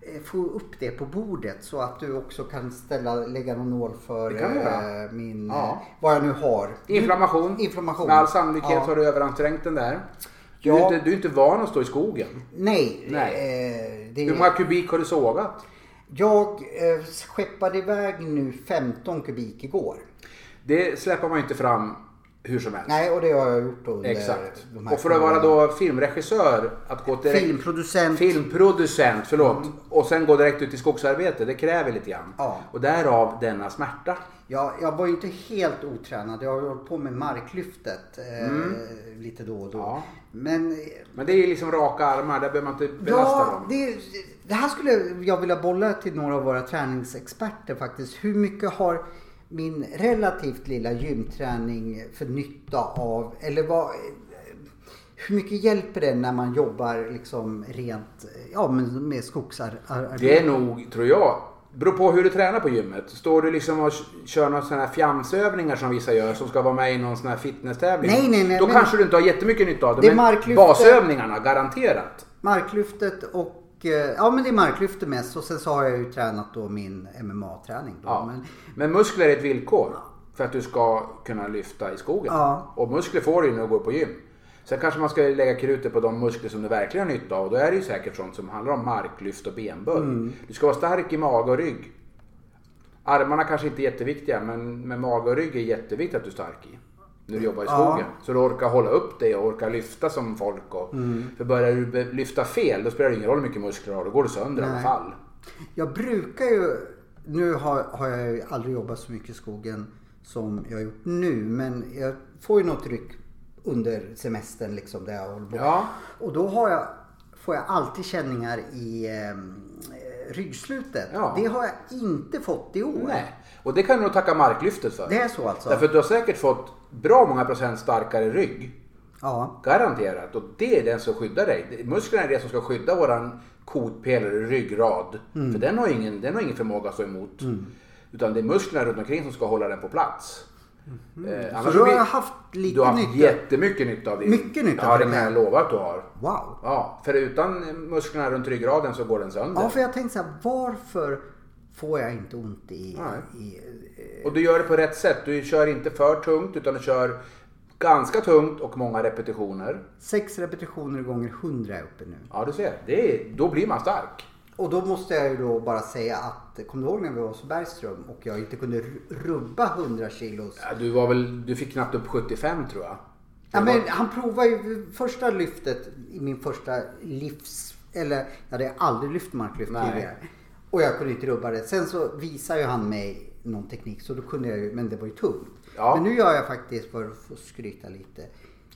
Speaker 2: eh, få upp det på bordet så att du också kan ställa, lägga någon nål för
Speaker 1: Det kan vi göra.
Speaker 2: eh, min,
Speaker 1: Ja.
Speaker 2: eh, vad jag nu har.
Speaker 1: Mm. Inflammation.
Speaker 2: Inflammation.
Speaker 1: Med all sannolikhet
Speaker 2: Ja.
Speaker 1: har du överansträngt den där. Du,
Speaker 2: Ja.
Speaker 1: är inte, du är inte van att stå i skogen.
Speaker 2: Nej.
Speaker 1: Nej.
Speaker 2: Eh, det,
Speaker 1: Hur många kubik har du sågat?
Speaker 2: Jag eh, skeppade iväg nu 15 kubik igår.
Speaker 1: Det släpper man ju inte fram hur som helst.
Speaker 2: Nej, och det har jag gjort under
Speaker 1: Exakt.
Speaker 2: de här
Speaker 1: Och för att vara då filmregissör, att gå direkt...
Speaker 2: Filmproducent. Mm.
Speaker 1: Filmproducent, förlåt. Och sen gå direkt ut i skogsarbete, det kräver lite grann.
Speaker 2: Ja.
Speaker 1: Och därav denna smärta.
Speaker 2: Ja, jag var ju inte helt otränad. Jag har ju hållit på med marklyftet eh, lite då och då.
Speaker 1: Mm. Ja.
Speaker 2: Men eh,
Speaker 1: Men det är ju liksom raka armar, där behöver man inte belasta
Speaker 2: ja,
Speaker 1: dem.
Speaker 2: det, det här skulle jag vilja bolla till några av våra träningsexperter faktiskt. Hur mycket har min relativt lilla gymträning för nytta av, eller vad, hur mycket hjälper det när man jobbar liksom rent, ja men med skogsarbete?
Speaker 1: Det är nog, tror jag, beror på hur du tränar på gymmet. Står du liksom och kör några sådana här fjamsövningar som vissa gör som ska vara med i någon sån här fitnesstävling.
Speaker 2: Nej, nej, nej,
Speaker 1: Då
Speaker 2: men-
Speaker 1: kanske du inte har jättemycket nytta av det.
Speaker 2: Det är
Speaker 1: men
Speaker 2: marklyfte-
Speaker 1: basövningarna, garanterat.
Speaker 2: Marklyftet och eh, Ja men det är marklyftet mest och sen så har jag ju tränat då min MMA-träning. Då.
Speaker 1: Ja.
Speaker 2: Men,
Speaker 1: Men muskler är ett villkor för att du ska kunna lyfta i skogen.
Speaker 2: Ja.
Speaker 1: Och muskler får du ju när du går på gym. Sen kanske man ska lägga krutet på de muskler som du verkligen har nytta av. Och då är det ju säkert sånt som handlar om marklyft och benböj.
Speaker 2: Mm.
Speaker 1: Du ska vara stark i mage och rygg. Armarna kanske inte är jätteviktiga men med mage och rygg är jätteviktigt att du är stark i. När du jobbar i
Speaker 2: Ja.
Speaker 1: skogen. Så du orkar hålla upp dig och orkar lyfta som folk. Och,
Speaker 2: Mm.
Speaker 1: För börjar du be- lyfta fel då spelar det ingen roll hur mycket muskler du har. Då går du sönder av
Speaker 2: Nej.
Speaker 1: fall.
Speaker 2: Jag brukar ju, nu har, har jag ju aldrig jobbat så mycket i skogen som jag har gjort nu, men jag får ju något ryck under semestern liksom där jag håller på.
Speaker 1: Ja.
Speaker 2: Och då har jag, får jag alltid känningar i eh, ryggslutet.
Speaker 1: Ja.
Speaker 2: Det har jag inte fått i år.
Speaker 1: Nej. Och det kan du nog tacka marklyftet för.
Speaker 2: Det är så alltså?
Speaker 1: Därför att du har säkert fått bra många procent starkare rygg.
Speaker 2: Ja.
Speaker 1: Garanterat. Och det är den som skyddar dig. Det- Musklerna är det som ska skydda våran kotpelare, ryggrad.
Speaker 2: Mm.
Speaker 1: För den har, ingen, den har ingen förmåga att stå emot. Utan det är musklerna runt omkring som ska hålla den på plats. Eh, annars
Speaker 2: Mm-hmm. Så då har
Speaker 1: blir-
Speaker 2: jag haft lite
Speaker 1: Du har haft
Speaker 2: nytta.
Speaker 1: jättemycket nytta av det.
Speaker 2: Mycket nytta
Speaker 1: Ja,
Speaker 2: av
Speaker 1: det
Speaker 2: det.
Speaker 1: kan jag lova att du har.
Speaker 2: Wow.
Speaker 1: Ja, för utan musklerna runt ryggraden så går den sönder.
Speaker 2: Ja, för jag tänkte så här, varför får jag inte ont i...
Speaker 1: Nej.
Speaker 2: i eh,
Speaker 1: Och du gör det på rätt sätt. Du kör inte för tungt utan du kör ganska tungt och många repetitioner.
Speaker 2: sex repetitioner gånger 100 är jag uppe nu.
Speaker 1: Ja, du ser. Det är, då blir man stark.
Speaker 2: Och då måste jag ju då bara säga att, kommer du ihåg när vi var hos Bergström och jag inte kunde ru- rubba 100 kilos?
Speaker 1: Ja, du, var väl, du fick knappt upp 75 tror jag.
Speaker 2: Ja,
Speaker 1: Det
Speaker 2: men
Speaker 1: var-
Speaker 2: han provade ju första lyftet i min första livs... Eller jag hade aldrig lyft marklyft
Speaker 1: Nej.
Speaker 2: tidigare. Och jag kunde inte rubba det. Sen så visade ju han mig någon teknik så då kunde jag ju, men det var ju tungt.
Speaker 1: Ja.
Speaker 2: Men nu gör jag faktiskt, för att få skryta lite,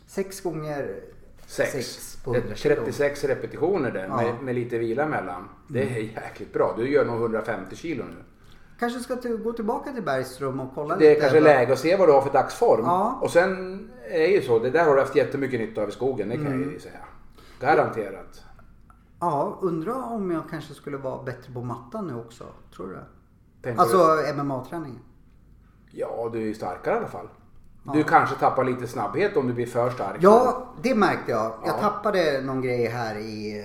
Speaker 2: sex gånger
Speaker 1: sex.
Speaker 2: sex på 100 kilo.
Speaker 1: 36 repetitioner där,
Speaker 2: Ja. Mm.
Speaker 1: med, med lite vila emellan. Det är jäkligt bra. Du gör nog 150 kilo nu.
Speaker 2: Kanske ska du gå tillbaka till Bergström och kolla
Speaker 1: Det
Speaker 2: lite.
Speaker 1: är kanske
Speaker 2: vad-
Speaker 1: läge att se vad du har för dagsform.
Speaker 2: Ja.
Speaker 1: Och sen är ju så, det där har du haft jättemycket nytta av i skogen, det kan jag
Speaker 2: Mm.
Speaker 1: ju säga. Garanterat.
Speaker 2: Ja, undrar om jag kanske skulle vara bättre på mattan nu också. Tror du det?
Speaker 1: Tänker
Speaker 2: Alltså
Speaker 1: du?
Speaker 2: MMA-träningen.
Speaker 1: Ja, du är ju starkare i alla fall. Du kanske tappar lite snabbhet om du blir för stark.
Speaker 2: Ja, det märkte jag. Jag
Speaker 1: Ja.
Speaker 2: tappade någon grej här i,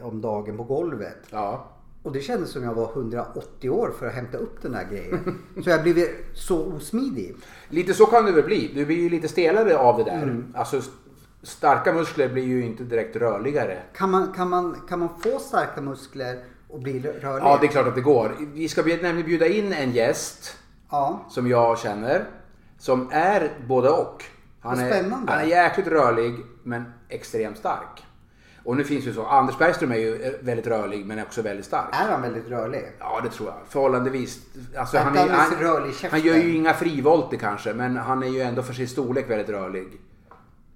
Speaker 2: eh, om dagen på golvet.
Speaker 1: Ja.
Speaker 2: Och det kändes som jag var 180 år för att hämta upp den där grejen. Så jag blev så osmidig.
Speaker 1: Lite så kan det väl bli. Du blir ju lite stelare av det där.
Speaker 2: Mm.
Speaker 1: Alltså, st- starka muskler blir ju inte direkt rörligare.
Speaker 2: Kan man, kan man, kan man få starka muskler och bli rörlig?
Speaker 1: Ja, det är klart att det går. Vi ska bjud- nämligen bjuda in en gäst
Speaker 2: Ja.
Speaker 1: som jag känner. Som är både och. Han
Speaker 2: Vad
Speaker 1: är,
Speaker 2: spännande.
Speaker 1: han är jäkligt rörlig men extremt stark. Och nu finns ju så. Anders Bergström är ju eh, väldigt rörlig men också väldigt stark.
Speaker 2: Är han väldigt rörlig?
Speaker 1: Ja, det tror jag. Förhållandevis. Alltså,
Speaker 2: Att
Speaker 1: han, är,
Speaker 2: han är
Speaker 1: han,
Speaker 2: så rörlig i käften.
Speaker 1: han gör ju inga frivolter kanske, men han är ju ändå för sin storlek väldigt rörlig.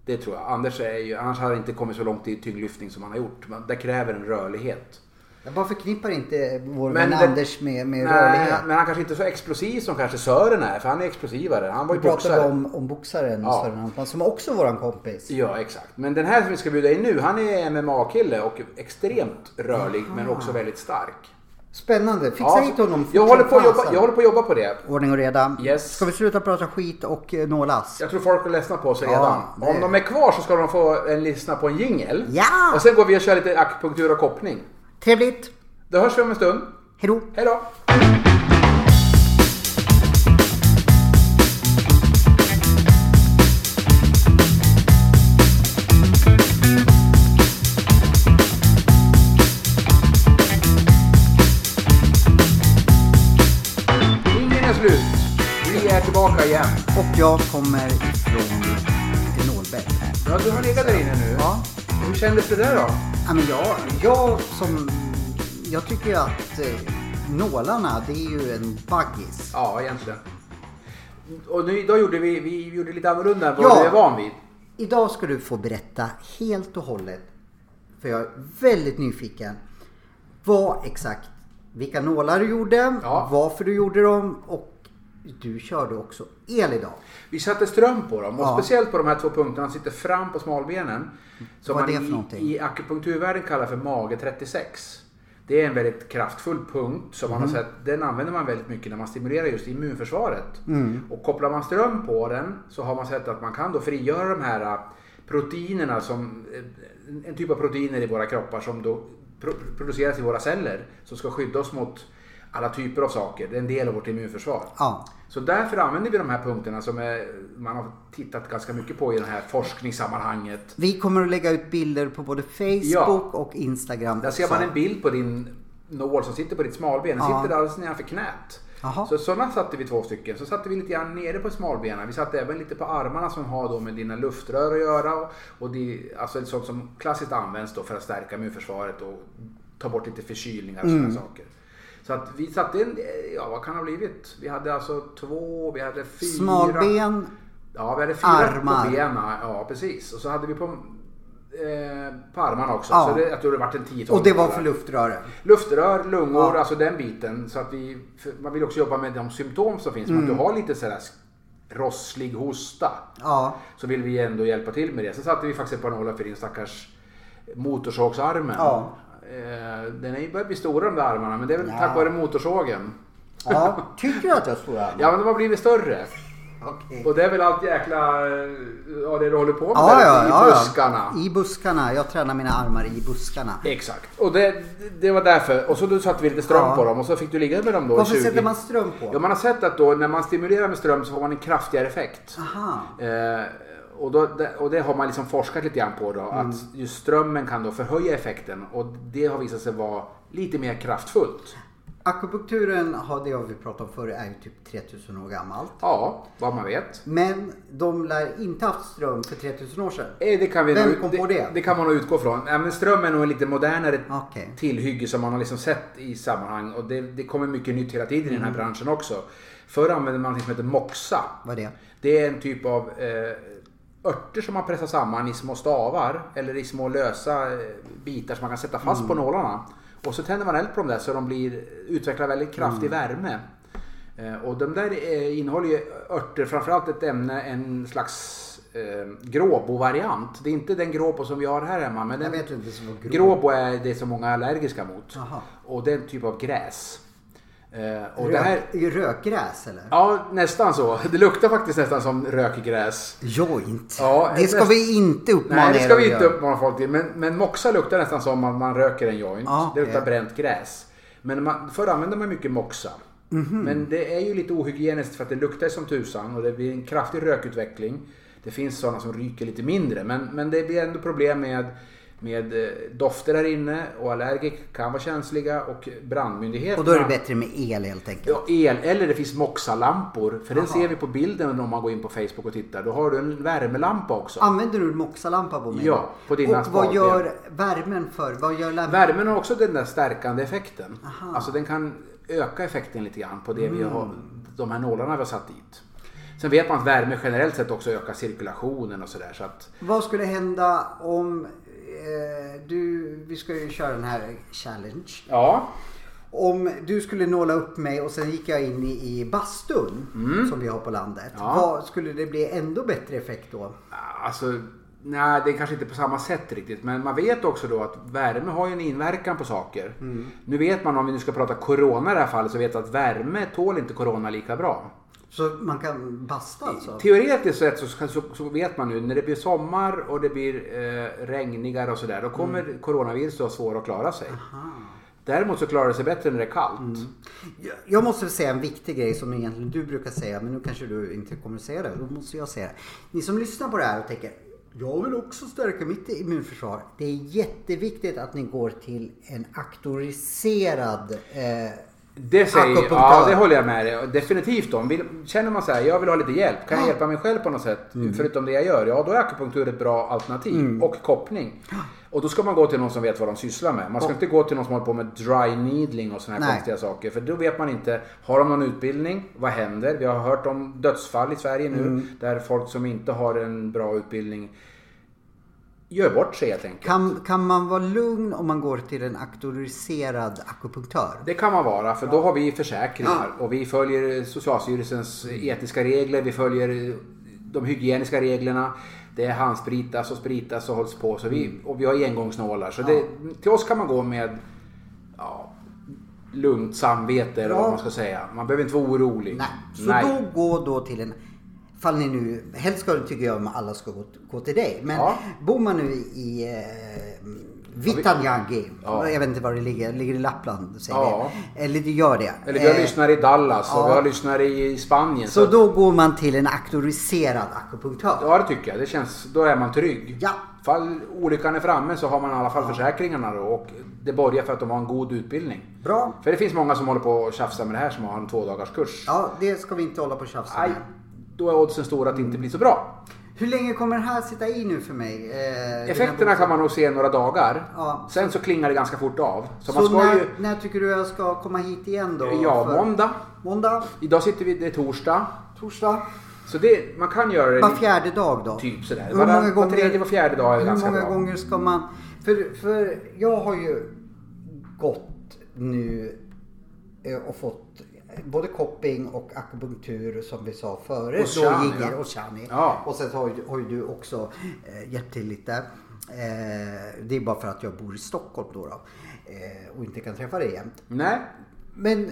Speaker 1: Det tror jag. Anders, är ju, annars hade han inte kommit så långt i tyngdlyftning som han har gjort. Men det kräver en rörlighet.
Speaker 2: Jag bara förknippar inte vår
Speaker 1: Men
Speaker 2: vän
Speaker 1: det-
Speaker 2: Anders med, med
Speaker 1: Nej,
Speaker 2: rörlighet.
Speaker 1: men han kanske inte är så explosiv som kanske Sören är, för han är explosivare. Han var
Speaker 2: Vi
Speaker 1: ju
Speaker 2: pratade
Speaker 1: boxare.
Speaker 2: om, om boxaren
Speaker 1: Ja.
Speaker 2: Sören Antman som också är våran kompis.
Speaker 1: Ja, exakt. Men den här som vi ska bjuda in nu, han är MMA-kille och extremt rörlig, men också väldigt stark.
Speaker 2: Spännande. Fixa
Speaker 1: Ja,
Speaker 2: hit
Speaker 1: så-
Speaker 2: honom. fort
Speaker 1: jag,
Speaker 2: som
Speaker 1: håller på att jobba,
Speaker 2: fasen.
Speaker 1: jag håller på att jobba på det.
Speaker 2: Ordning och reda.
Speaker 1: Yes.
Speaker 2: Ska vi sluta prata skit och eh, nålas?
Speaker 1: Jag tror folk är ledsna på oss
Speaker 2: Ja,
Speaker 1: redan.
Speaker 2: det-
Speaker 1: Om de är kvar så ska de få en lyssna på en jingel.
Speaker 2: Ja!
Speaker 1: Och sen går vi och kör lite akupunktur och koppling.
Speaker 2: Trevligt.
Speaker 1: Då hörs vi om en stund.
Speaker 2: Hejdå.
Speaker 1: Hej då! Jingeln är slut. Vi är tillbaka igen.
Speaker 2: Och jag kommer ifrån Nålbäck här.
Speaker 1: Ja, du har legat där inne nu.
Speaker 2: Ja.
Speaker 1: Hur kändes det där då?
Speaker 2: Ja, men jag, jag som... Jag tycker att eh, nålarna, det är ju en baggis.
Speaker 1: Ja, egentligen. Och nu, idag gjorde vi, vi gjorde lite annorlunda än vad
Speaker 2: Ja.
Speaker 1: du är van vid.
Speaker 2: Idag ska du få berätta helt och hållet. För jag är väldigt nyfiken. Vad exakt, vilka nålar du gjorde,
Speaker 1: Ja.
Speaker 2: varför du gjorde dem och du körde också el idag.
Speaker 1: Vi satte ström på dem och
Speaker 2: Ja.
Speaker 1: speciellt på de här två punkterna som sitter fram på smalbenen. Som
Speaker 2: Vad är det för
Speaker 1: man
Speaker 2: någonting?
Speaker 1: i, i akupunkturvärlden kallar för mage 36. Det är en väldigt kraftfull punkt som
Speaker 2: Mhm.
Speaker 1: man har sett, den använder man väldigt mycket när man stimulerar just immunförsvaret.
Speaker 2: Mm.
Speaker 1: Och kopplar man ström på den så har man sett att man kan då frigöra de här eh, proteinerna som eh, en typ av proteiner i våra kroppar som då pro- produceras i våra celler som ska skydda oss mot alla typer av saker. Det är en del av vårt immunförsvar.
Speaker 2: Ja.
Speaker 1: Så därför använder vi de här punkterna som är, man har tittat ganska mycket på i det här forskningssammanhanget.
Speaker 2: Vi kommer att lägga ut bilder på både Facebook och Instagram.
Speaker 1: Där ser
Speaker 2: också.
Speaker 1: man en bild på din nål som sitter på ditt smalben. Den
Speaker 2: Ja.
Speaker 1: sitter alldeles nedanför knät.
Speaker 2: Jaha.
Speaker 1: Så sådana satte vi två stycken. Så satte vi lite grann nere på smalbenen. Vi satte även lite på armarna som har då med dina luftrör att göra. Och, och det, alltså sånt som klassiskt används då för att stärka immunförsvaret och ta bort lite förkylningar och sådana
Speaker 2: Mm.
Speaker 1: saker. Så att vi satte en, ja vad kan det ha blivit? Vi hade alltså två, vi hade fyra.
Speaker 2: Smalben.
Speaker 1: Ja, vi hade fyra
Speaker 2: Armar.
Speaker 1: på benen. Ja, precis. Och så hade vi på, eh, på armarna också.
Speaker 2: Ja.
Speaker 1: Så det, jag tror det vart en 10
Speaker 2: Och det var för luftrören.
Speaker 1: Luftrör, lungor,
Speaker 2: Ja.
Speaker 1: alltså den biten. Så att vi, för man vill också jobba med de symptom som finns.
Speaker 2: Mm.
Speaker 1: Men att du har lite sådär sk- rosslig hosta.
Speaker 2: Ja.
Speaker 1: Så vill vi ändå hjälpa till med det. Sen satte vi faktiskt ett par nålar för din stackars motorsågsarmen.
Speaker 2: Ja.
Speaker 1: Eh, Den är ju börjat bli stora de där armarna men det är väl
Speaker 2: Ja.
Speaker 1: tack vare motorsågen.
Speaker 2: ja. Tycker du att jag har stora armar?
Speaker 1: Ja men de har blivit större.
Speaker 2: Okej.
Speaker 1: Mm. Och det är väl allt jäkla, eh, ja det du håller på med
Speaker 2: Ja,
Speaker 1: där,
Speaker 2: ja,
Speaker 1: i
Speaker 2: ja, ja.
Speaker 1: buskarna.
Speaker 2: I buskarna. Jag tränar mina armar i buskarna.
Speaker 1: Exakt, och det, det var därför. Och så då satte vi lite ström
Speaker 2: Ja.
Speaker 1: på dem och så fick du ligga med dem då i
Speaker 2: Varför
Speaker 1: 20.
Speaker 2: sätter man ström på?
Speaker 1: Ja, man har sett att då när man stimulerar med ström så får man en kraftigare effekt.
Speaker 2: Aha.
Speaker 1: Eh, Och, då, det- och det har man liksom forskat lite grann på då.
Speaker 2: Mm.
Speaker 1: Att just strömmen kan då förhöja effekten och det har visat sig vara lite mer kraftfullt.
Speaker 2: Akupunkturen, har det har vi pratat om förr, är ju typ 3000 år gammalt.
Speaker 1: Ja, vad man vet.
Speaker 2: Men de lär inte haft ström för 3000 år sedan.
Speaker 1: Eh, Det kan, vi
Speaker 2: Vem
Speaker 1: nog,
Speaker 2: kom på det?
Speaker 1: Det kan man nog utgå från. Ja, men ström är nog en lite modernare
Speaker 2: Okej.
Speaker 1: tillhygge som man har liksom sett i sammanhang och det, det kommer mycket nytt hela tiden i den här branschen också. Förr använde man något som heter moxa.
Speaker 2: Mm. Vad är det?
Speaker 1: Det är en typ av eh, örter som man pressar samman i små stavar eller i små lösa eh, bitar som man kan sätta fast
Speaker 2: Mm.
Speaker 1: på nålarna. Och så tänder man eld på dem där så de blir, utvecklar väldigt kraftig
Speaker 2: Mm.
Speaker 1: värme. Eh, och de där eh, innehåller ju örter, framförallt ett ämne, en slags eh, gråbo-variant. Det är inte den gråbo som vi har här hemma. Men
Speaker 2: Jag
Speaker 1: den,
Speaker 2: vet inte. Så vad grå-
Speaker 1: Gråbo är det som många är allergiska mot.
Speaker 2: Jaha.
Speaker 1: Och det är en typ av gräs. Eh, och
Speaker 2: Rök,
Speaker 1: det här,
Speaker 2: Rökgräs eller?
Speaker 1: ja, nästan så. Det luktar faktiskt nästan som rökgräs.
Speaker 2: Joint.
Speaker 1: Ja,
Speaker 2: det ska
Speaker 1: näst-
Speaker 2: vi inte uppmana
Speaker 1: Nej, det
Speaker 2: er
Speaker 1: ska
Speaker 2: att
Speaker 1: vi
Speaker 2: göra.
Speaker 1: inte uppmana folk till. Men, men moxa luktar nästan som att man röker en joint.
Speaker 2: Ja,
Speaker 1: det luktar
Speaker 2: det-
Speaker 1: bränt gräs. Men man, förr använde man mycket moxa.
Speaker 2: Mhm.
Speaker 1: Men det är ju lite ohygieniskt för att det luktar som tusan och det blir en kraftig rökutveckling. Det finns sådana som ryker lite mindre men, men det blir ändå problem med, med eh, dofter där inne och allergiker kan vara känsliga och brandmyndigheterna
Speaker 2: Och då är det bättre med el helt enkelt.
Speaker 1: Ja, el eller det finns moxalampor. För den ser vi på bilden om man går in på Facebook och tittar. Då har du en värmelampa också.
Speaker 2: Använder du en moxalampa på mig?
Speaker 1: Ja, på dina
Speaker 2: Och vad
Speaker 1: spadben.
Speaker 2: gör värmen för? Vad gör lampan?
Speaker 1: Värmen har också den där stärkande effekten. Alltså den kan öka effekten lite grann på det vi har, de här nålarna vi har satt dit. Sen vet man att värme generellt sett också ökar cirkulationen och sådär. Så att
Speaker 2: Vad skulle hända om eh, du, vi ska ju köra den här challenge.
Speaker 1: ja,
Speaker 2: Om du skulle nåla upp mig och sen gick jag in i, i bastun som vi har på landet.
Speaker 1: Mm. Ja.
Speaker 2: Vad skulle det bli ändå bättre effekt då?
Speaker 1: alltså nej, det är kanske inte på samma sätt riktigt. Men man vet också då att värme har ju en inverkan på saker. Nu vet man om vi nu ska prata corona i det här fallet så vet att värme tål inte corona lika bra.
Speaker 2: Så man kan basta alltså?
Speaker 1: Teoretiskt sett så, ska- så, så vet man nu när det blir sommar och det blir eh, regnigare och sådär. Då kommer coronavirus att ha svårare att klara sig. Däremot så klarar det sig bättre när det är kallt.
Speaker 2: Jag- Jag måste säga en viktig grej som egentligen du brukar säga men nu kanske du inte kommer att säga det. Då måste jag säga det. Ni som lyssnar på det här och tänker jag vill också stärka mitt immunförsvar. Det är jätteviktigt att ni går till en auktoriserad eh,
Speaker 1: Det säger
Speaker 2: Akupunktör.
Speaker 1: ja, det håller jag med dig Definitivt om. Vill, känner man så här, jag vill ha lite hjälp. Kan jag hjälpa mig själv på något sätt? Förutom det jag gör. Ja, då är akupunktur ett bra alternativ. Och koppling. Och då ska man gå till någon som vet vad de sysslar med. Man ska inte gå till någon som håller på med dry needling och såna här
Speaker 2: Nej.
Speaker 1: konstiga saker. För då vet man inte, har de någon utbildning? Vad händer? Vi har hört om dödsfall i Sverige nu. Där folk som inte har en bra utbildning gör bort sig helt enkelt.
Speaker 2: kan, kan man vara lugn om man går till en auktoriserad akupunktör?
Speaker 1: Det kan man vara, för då har vi försäkringar och vi följer Socialstyrelsens
Speaker 2: Mm.
Speaker 1: etiska regler, vi följer eh, de hygieniska reglerna. Det handspritas och spritas och hålls på så vi,
Speaker 2: Mm.
Speaker 1: och vi har engångsnålar. Så det, till oss kan man gå med ja, lugnt samvete eller
Speaker 2: Ja.
Speaker 1: vad man ska säga. Man behöver inte vara orolig.
Speaker 2: Nej. Så då gå då till en Fall ni nu, helst ska tycker jag om alla ska gå, gå till dig. Men
Speaker 1: Ja.
Speaker 2: bor man nu i eh, Vittanjagi,
Speaker 1: Ja.
Speaker 2: jag vet inte var det ligger, ligger i Lappland säger
Speaker 1: Ja.
Speaker 2: vi. Eller det gör det.
Speaker 1: Eller vi har
Speaker 2: Eh,
Speaker 1: lyssnare i Dallas
Speaker 2: ja.
Speaker 1: och vi har lyssnare i Spanien. Så,
Speaker 2: Så då går man till en auktoriserad akupunktör.
Speaker 1: ja, det tycker jag. Det känns, då är man trygg.
Speaker 2: Ja.
Speaker 1: Fall olyckan är framme så har man i alla fall försäkringarna då och det borgar för att de har en god utbildning.
Speaker 2: Bra.
Speaker 1: För det finns många som håller på och tjafsar med det här som har en tvådagarskurs.
Speaker 2: Ja, det ska vi inte hålla på och tjafsa
Speaker 1: Aj,
Speaker 2: med.
Speaker 1: då är oddsen stora att det inte blir så bra.
Speaker 2: Hur länge kommer det här sitta i nu för mig? Eh, dina
Speaker 1: Effekterna
Speaker 2: bok-
Speaker 1: kan man nog se några dagar.
Speaker 2: Ja.
Speaker 1: Sen så klingar det ganska fort av. Så,
Speaker 2: Så
Speaker 1: man ska
Speaker 2: när,
Speaker 1: ju...
Speaker 2: när tycker du jag ska komma hit igen då?
Speaker 1: Ja,
Speaker 2: För-
Speaker 1: måndag.
Speaker 2: Måndag?
Speaker 1: Idag sitter vi, det är torsdag.
Speaker 2: Torsdag?
Speaker 1: Så det, man kan göra det
Speaker 2: Var fjärde dag då?
Speaker 1: typ sådär.
Speaker 2: Hur
Speaker 1: Var,
Speaker 2: många
Speaker 1: var,
Speaker 2: gånger-
Speaker 1: tredje, var fjärde dag är
Speaker 2: Hur
Speaker 1: ganska
Speaker 2: många
Speaker 1: bra.
Speaker 2: gånger ska man... För, för jag har ju gått nu eh, och fått både kopping och akupunktur som vi sa före.
Speaker 1: Och shani,
Speaker 2: då
Speaker 1: ja.
Speaker 2: och shani.
Speaker 1: Ja.
Speaker 2: Och sen har ju, har ju du också eh, hjälpt till lite. Eh, det är bara för att jag bor i Stockholm då. då eh, och inte kan träffa dig jämt.
Speaker 1: Nej,
Speaker 2: Men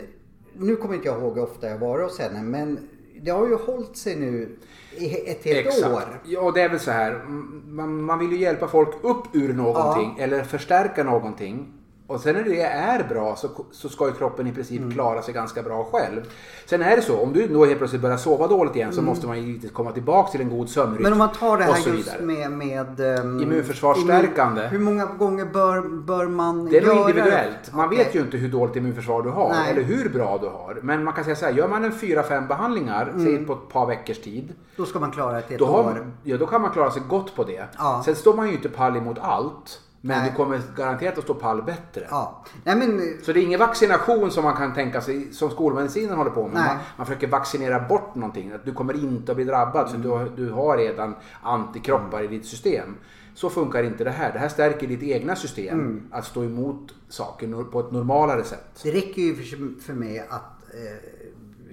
Speaker 2: nu kommer inte jag ihåg hur ofta jag varit hos henne. Men det har ju hållit sig nu i ett helt år.
Speaker 1: Ja, och det är väl så här. Man, man vill ju hjälpa folk upp ur någonting eller förstärka någonting. Och sen när det är bra så, så ska ju kroppen i princip
Speaker 2: Mm.
Speaker 1: klara sig ganska bra själv. Sen är det så, om du då helt plötsligt börjar sova dåligt igen så måste man ju givetvis komma tillbaka till en god sömnrytm.
Speaker 2: Mm. Men om man tar det
Speaker 1: och
Speaker 2: här
Speaker 1: så
Speaker 2: just
Speaker 1: vidare.
Speaker 2: med, med ehm,
Speaker 1: Immunförsvarsstärkande.
Speaker 2: immun- Hur många gånger bör, bör man
Speaker 1: Det är nog
Speaker 2: göra
Speaker 1: individuellt. Man
Speaker 2: Okej.
Speaker 1: vet ju inte hur dåligt immunförsvar du har
Speaker 2: Nej.
Speaker 1: eller hur bra du har. Men man kan säga så här, gör man en 4-5 behandlingar,
Speaker 2: Mm.
Speaker 1: säg på ett par veckors tid.
Speaker 2: Då ska man klara ett, ett
Speaker 1: Då, har,
Speaker 2: år.
Speaker 1: ja, då kan man klara sig gott på det.
Speaker 2: Ja.
Speaker 1: Sen står man ju inte pall emot allt. Men
Speaker 2: Nej.
Speaker 1: du kommer garanterat att stå pall bättre.
Speaker 2: Ja. Nej men
Speaker 1: Så det är ingen vaccination som man kan tänka sig, som skolmedicinen håller på med.
Speaker 2: Nej.
Speaker 1: Man, man försöker vaccinera bort någonting. Att du kommer inte att bli drabbad för du, har- du har redan antikroppar i ditt system. Så funkar inte det här. Det här stärker ditt egna system
Speaker 2: Mm.
Speaker 1: att stå emot saker no- på ett normalare sätt.
Speaker 2: Det räcker ju för, för mig att eh,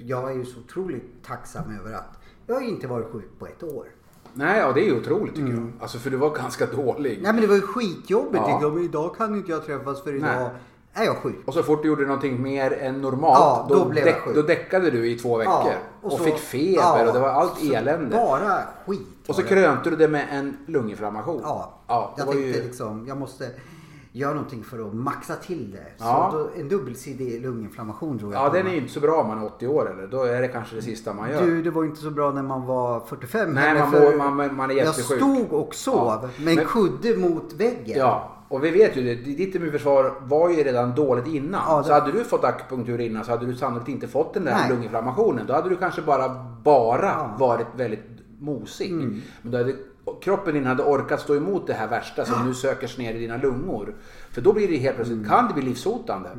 Speaker 2: jag är ju så otroligt tacksam över att jag har ju inte varit sjuk på ett år.
Speaker 1: Nej, ja, det är ju otroligt tycker
Speaker 2: Mm.
Speaker 1: jag. Alltså för du var ganska dålig.
Speaker 2: Nej men det var ju skitjobbigt.
Speaker 1: Ja.
Speaker 2: Jag tänkte, "Ja, men idag kan inte jag träffas för idag
Speaker 1: Nej.
Speaker 2: är jag sjuk.
Speaker 1: Och så fort du gjorde någonting mer än normalt,
Speaker 2: Ja, då
Speaker 1: då,
Speaker 2: blev jag
Speaker 1: däck-
Speaker 2: sjuk.
Speaker 1: då däckade du i två veckor. och
Speaker 2: så-
Speaker 1: fick feber
Speaker 2: ja,
Speaker 1: och det var allt
Speaker 2: så
Speaker 1: elände.
Speaker 2: Bara skit.
Speaker 1: Och så
Speaker 2: var det.
Speaker 1: krönte du det med en lunginflammation.
Speaker 2: Ja,
Speaker 1: ja det
Speaker 2: jag
Speaker 1: var
Speaker 2: tänkte
Speaker 1: ju...
Speaker 2: liksom jag måste göra någonting för att maxa till det. Så
Speaker 1: Ja.
Speaker 2: då, en dubbelsidig lunginflammation tror jag.
Speaker 1: Ja,
Speaker 2: på
Speaker 1: den är
Speaker 2: mig.
Speaker 1: ju inte så bra om man är 80 år eller? Då är det kanske det sista man gör.
Speaker 2: Du, det var ju inte så bra när man var 45
Speaker 1: Nej,
Speaker 2: heller,
Speaker 1: man
Speaker 2: för
Speaker 1: mår- man- man- man är
Speaker 2: Jag
Speaker 1: jättesjuk.
Speaker 2: stod och sov med en
Speaker 1: Men-
Speaker 2: kudde mot väggen.
Speaker 1: Ja, och vi vet ju det. Ditt immunförsvar var ju redan dåligt innan.
Speaker 2: Ja, det-
Speaker 1: Så hade du fått akupunktur innan så hade du sannolikt inte fått den där
Speaker 2: Nej.
Speaker 1: lunginflammationen. Då hade du kanske bara, bara
Speaker 2: Ja. Mm.
Speaker 1: varit väldigt mosig. Men då hade, kroppen din hade orkat stå emot det här värsta som nu söker sig ner i dina lungor. För då blir det helt plötsligt,
Speaker 2: Mm.
Speaker 1: kan det bli livshotande.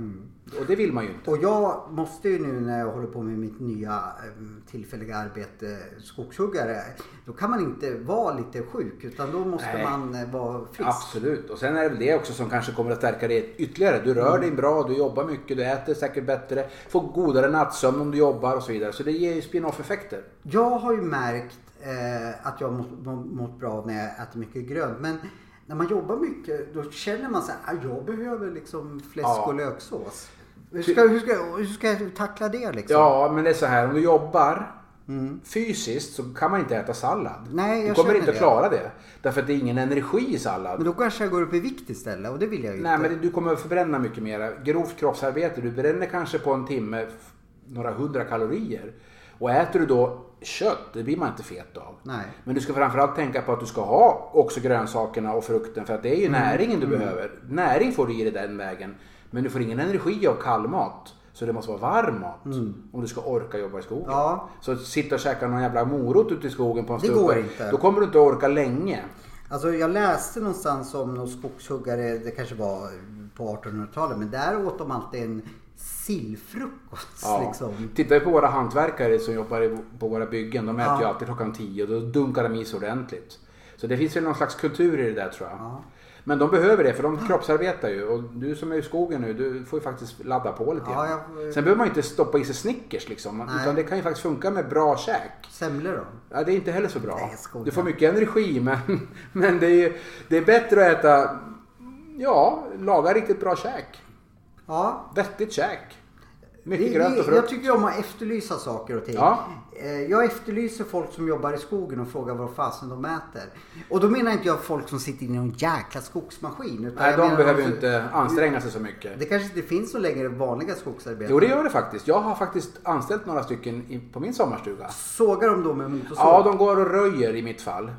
Speaker 1: Och det vill man ju inte.
Speaker 2: Och jag måste ju nu när jag håller på med mitt nya eh, tillfälliga arbete skogshuggare. Då kan man inte vara lite sjuk utan då måste
Speaker 1: Nej.
Speaker 2: man eh, vara frisk.
Speaker 1: Absolut. Och sen är det väl det också som kanske kommer att stärka dig ytterligare. Du
Speaker 2: Mm.
Speaker 1: rör dig bra, du jobbar mycket, du äter säkert bättre, får godare nattsömn om du jobbar och så vidare. Så det ger ju spin-off effekter.
Speaker 2: Jag har ju märkt eh, att jag har mått, må- mått bra när jag äter mycket grönt. Men när man jobbar mycket då känner man så här, "Ah, jag behöver liksom fläsk
Speaker 1: Ja.
Speaker 2: och löksås. Hur ska, hur, ska, hur ska jag tackla det liksom?
Speaker 1: Ja, men det är så här, om du jobbar fysiskt så kan man inte äta sallad.
Speaker 2: Nej, jag
Speaker 1: du kommer
Speaker 2: känner
Speaker 1: inte att
Speaker 2: det.
Speaker 1: klara det. Därför att det är ingen energi i sallad.
Speaker 2: Men då kanske jag går upp i vikt istället och det vill jag ju
Speaker 1: Nej,
Speaker 2: inte.
Speaker 1: men det- du kommer att förbränna mycket mer. Grovt kroppsarbete, du bränner kanske på en timme f- några hundra kalorier. Och äter du då kött, det blir man inte fet av.
Speaker 2: Nej.
Speaker 1: Men du ska framförallt tänka på att du ska ha också grönsakerna och frukten för att det är ju
Speaker 2: Mm.
Speaker 1: näringen du behöver. Näring får du i dig den vägen. Men du får ingen energi av kallmat. Så det måste vara varm mat om du ska orka jobba i skogen.
Speaker 2: Mm. Ja.
Speaker 1: Så sitta och käka någon jävla morot ute i skogen på en
Speaker 2: Det
Speaker 1: stubbe,
Speaker 2: går inte.
Speaker 1: Då kommer du inte att orka länge.
Speaker 2: Alltså jag läste någonstans om någon skogshuggare, det kanske var på 1800-talet, men där åt de alltid en sillfrukost.
Speaker 1: Ja.
Speaker 2: Liksom.
Speaker 1: Tittar vi på våra hantverkare som jobbar i- på våra byggen. De äter
Speaker 2: Ja.
Speaker 1: ju alltid klockan 10 och då dunkar de i sig ordentligt. Så det finns väl någon slags kultur i det där tror jag.
Speaker 2: Ja.
Speaker 1: Men de behöver det för de kroppsarbetar ju. Och du som är i skogen nu, du får ju faktiskt ladda på lite
Speaker 2: Ja,
Speaker 1: grann.
Speaker 2: jag-
Speaker 1: Sen behöver man ju inte stoppa i sig Snickers liksom.
Speaker 2: Nej.
Speaker 1: Utan det kan ju faktiskt funka med bra käk.
Speaker 2: Semlor då?
Speaker 1: Ja, det är inte heller så bra.
Speaker 2: Nej, jag skojar.
Speaker 1: du får mycket energi men, men det, är ju, det är bättre att äta, ja, laga riktigt bra käk.
Speaker 2: Ja,
Speaker 1: Vettigt käk. Mycket
Speaker 2: Det-
Speaker 1: grönt
Speaker 2: det-
Speaker 1: och frukt.
Speaker 2: Jag tycker om att efterlysa saker och ting.
Speaker 1: Ja.
Speaker 2: Eh, Jag efterlyser folk som jobbar i skogen och frågar vad fasen de äter. Och då menar inte jag folk som sitter inne i någon jäkla skogsmaskin. Utan
Speaker 1: Nej,
Speaker 2: jag
Speaker 1: de
Speaker 2: menar
Speaker 1: behöver ju
Speaker 2: som-
Speaker 1: inte anstränga sig så mycket.
Speaker 2: Det kanske inte finns så länge vanliga skogsarbetare.
Speaker 1: Jo, det gör det faktiskt. Jag har faktiskt anställt några stycken i- på min sommarstuga.
Speaker 2: Sågar de då med motorsåg?
Speaker 1: Ja, de går och röjer i mitt fall.